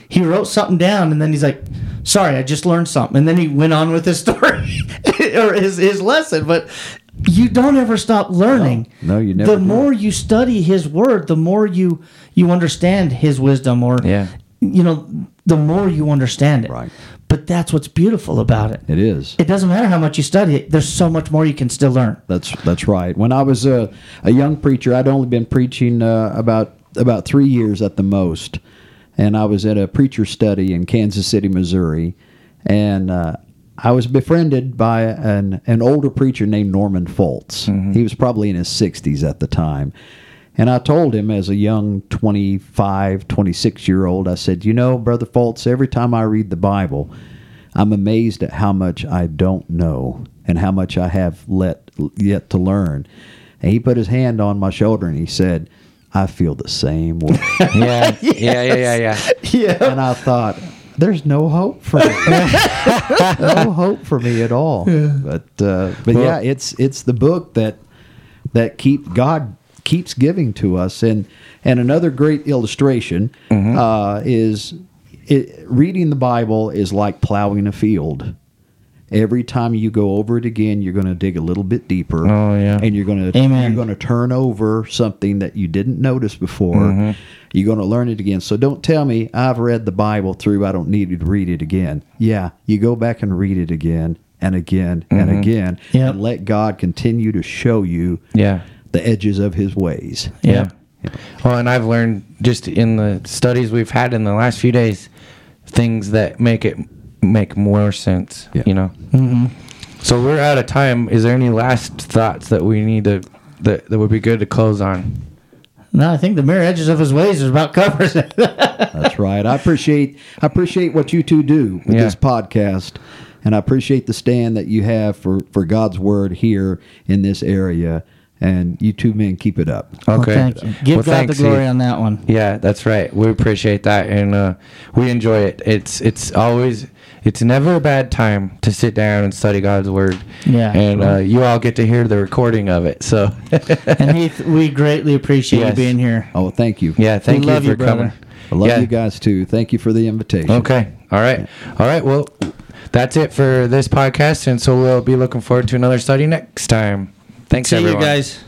Speaker 2: he wrote something down and then he's like sorry i just learned something and then he went on with his story or his, his lesson but you don't ever stop learning
Speaker 3: No. No, you never
Speaker 2: the
Speaker 3: do.
Speaker 2: more you study his word the more you you understand his wisdom or
Speaker 1: Yeah.
Speaker 2: you know the more you understand it
Speaker 3: Right.
Speaker 2: but that's what's beautiful about it
Speaker 3: It is.
Speaker 2: it doesn't matter how much you study it there's so much more you can still learn
Speaker 3: That's that's right. When I was a, a young preacher, I'd only been preaching uh, about about three years at the most, and I was at a preacher study in Kansas City, Missouri, and uh, I was befriended by an an older preacher named Norman Foltz. He was probably in his sixties at the time. And I told him as a young 25, 26 year old, I said, You know, Brother Foltz, every time I read the Bible, I'm amazed at how much I don't know and how much I have let yet to learn. And he put his hand on my shoulder and he said, I feel the same way.
Speaker 1: Yeah, yeah, yeah, yeah, yeah.
Speaker 2: yeah
Speaker 3: and I thought, there's no hope for me. no hope for me at all. But uh, but yeah, it's it's the book that that keep God keeps giving to us. And and another great illustration
Speaker 1: Mm-hmm.
Speaker 3: uh, is it, reading the Bible is like plowing a field. Every time you go over it again, you're going to dig a little bit deeper.
Speaker 1: Oh, yeah.
Speaker 3: and you're going to
Speaker 2: Amen.
Speaker 3: you're going to turn over something that you didn't notice before.
Speaker 1: Mm-hmm.
Speaker 3: You're going to learn it again. So don't tell me I've read the Bible through. I don't need you to read it again. Yeah, you go back and read it again and again
Speaker 1: Mm-hmm.
Speaker 3: and again,
Speaker 2: Yep.
Speaker 3: and let God continue to show you
Speaker 1: Yeah.
Speaker 3: the edges of His ways.
Speaker 1: Yeah. Well, and I've learned just in the studies we've had in the last few days things that make it make more sense,
Speaker 3: Yeah.
Speaker 1: you know. Mm-hmm. So we're out of time. Is there any last thoughts that we need to that that would be good to close on?
Speaker 2: No, I think the mere edges of his ways is about covers it.
Speaker 3: That's right. I appreciate I appreciate what you two do with
Speaker 1: Yeah.
Speaker 3: this podcast, and I appreciate the stand that you have for for God's word here in this area. And you two men, keep it up.
Speaker 1: Okay.
Speaker 2: Well, thank you. Give
Speaker 1: Well,
Speaker 2: God the
Speaker 1: thanks, Heath.
Speaker 2: glory on that one.
Speaker 1: Yeah, that's right. We appreciate that, and uh, we enjoy it. It's it's always it's never a bad time to sit down and study God's word.
Speaker 2: Yeah.
Speaker 1: and uh, you all get to hear the recording of it. So,
Speaker 2: And Heath, we greatly appreciate you
Speaker 1: Yes.
Speaker 2: being here.
Speaker 3: Oh, thank you.
Speaker 1: yeah, thank you
Speaker 2: love
Speaker 1: for
Speaker 2: you, brother.
Speaker 1: coming.
Speaker 3: I love
Speaker 1: Yeah.
Speaker 3: you guys too. Thank you for the invitation.
Speaker 1: Okay. All right. All right. Well, that's it for this podcast, and so we'll be looking forward to another study next time. Thanks,
Speaker 2: See
Speaker 1: everyone.
Speaker 2: you guys.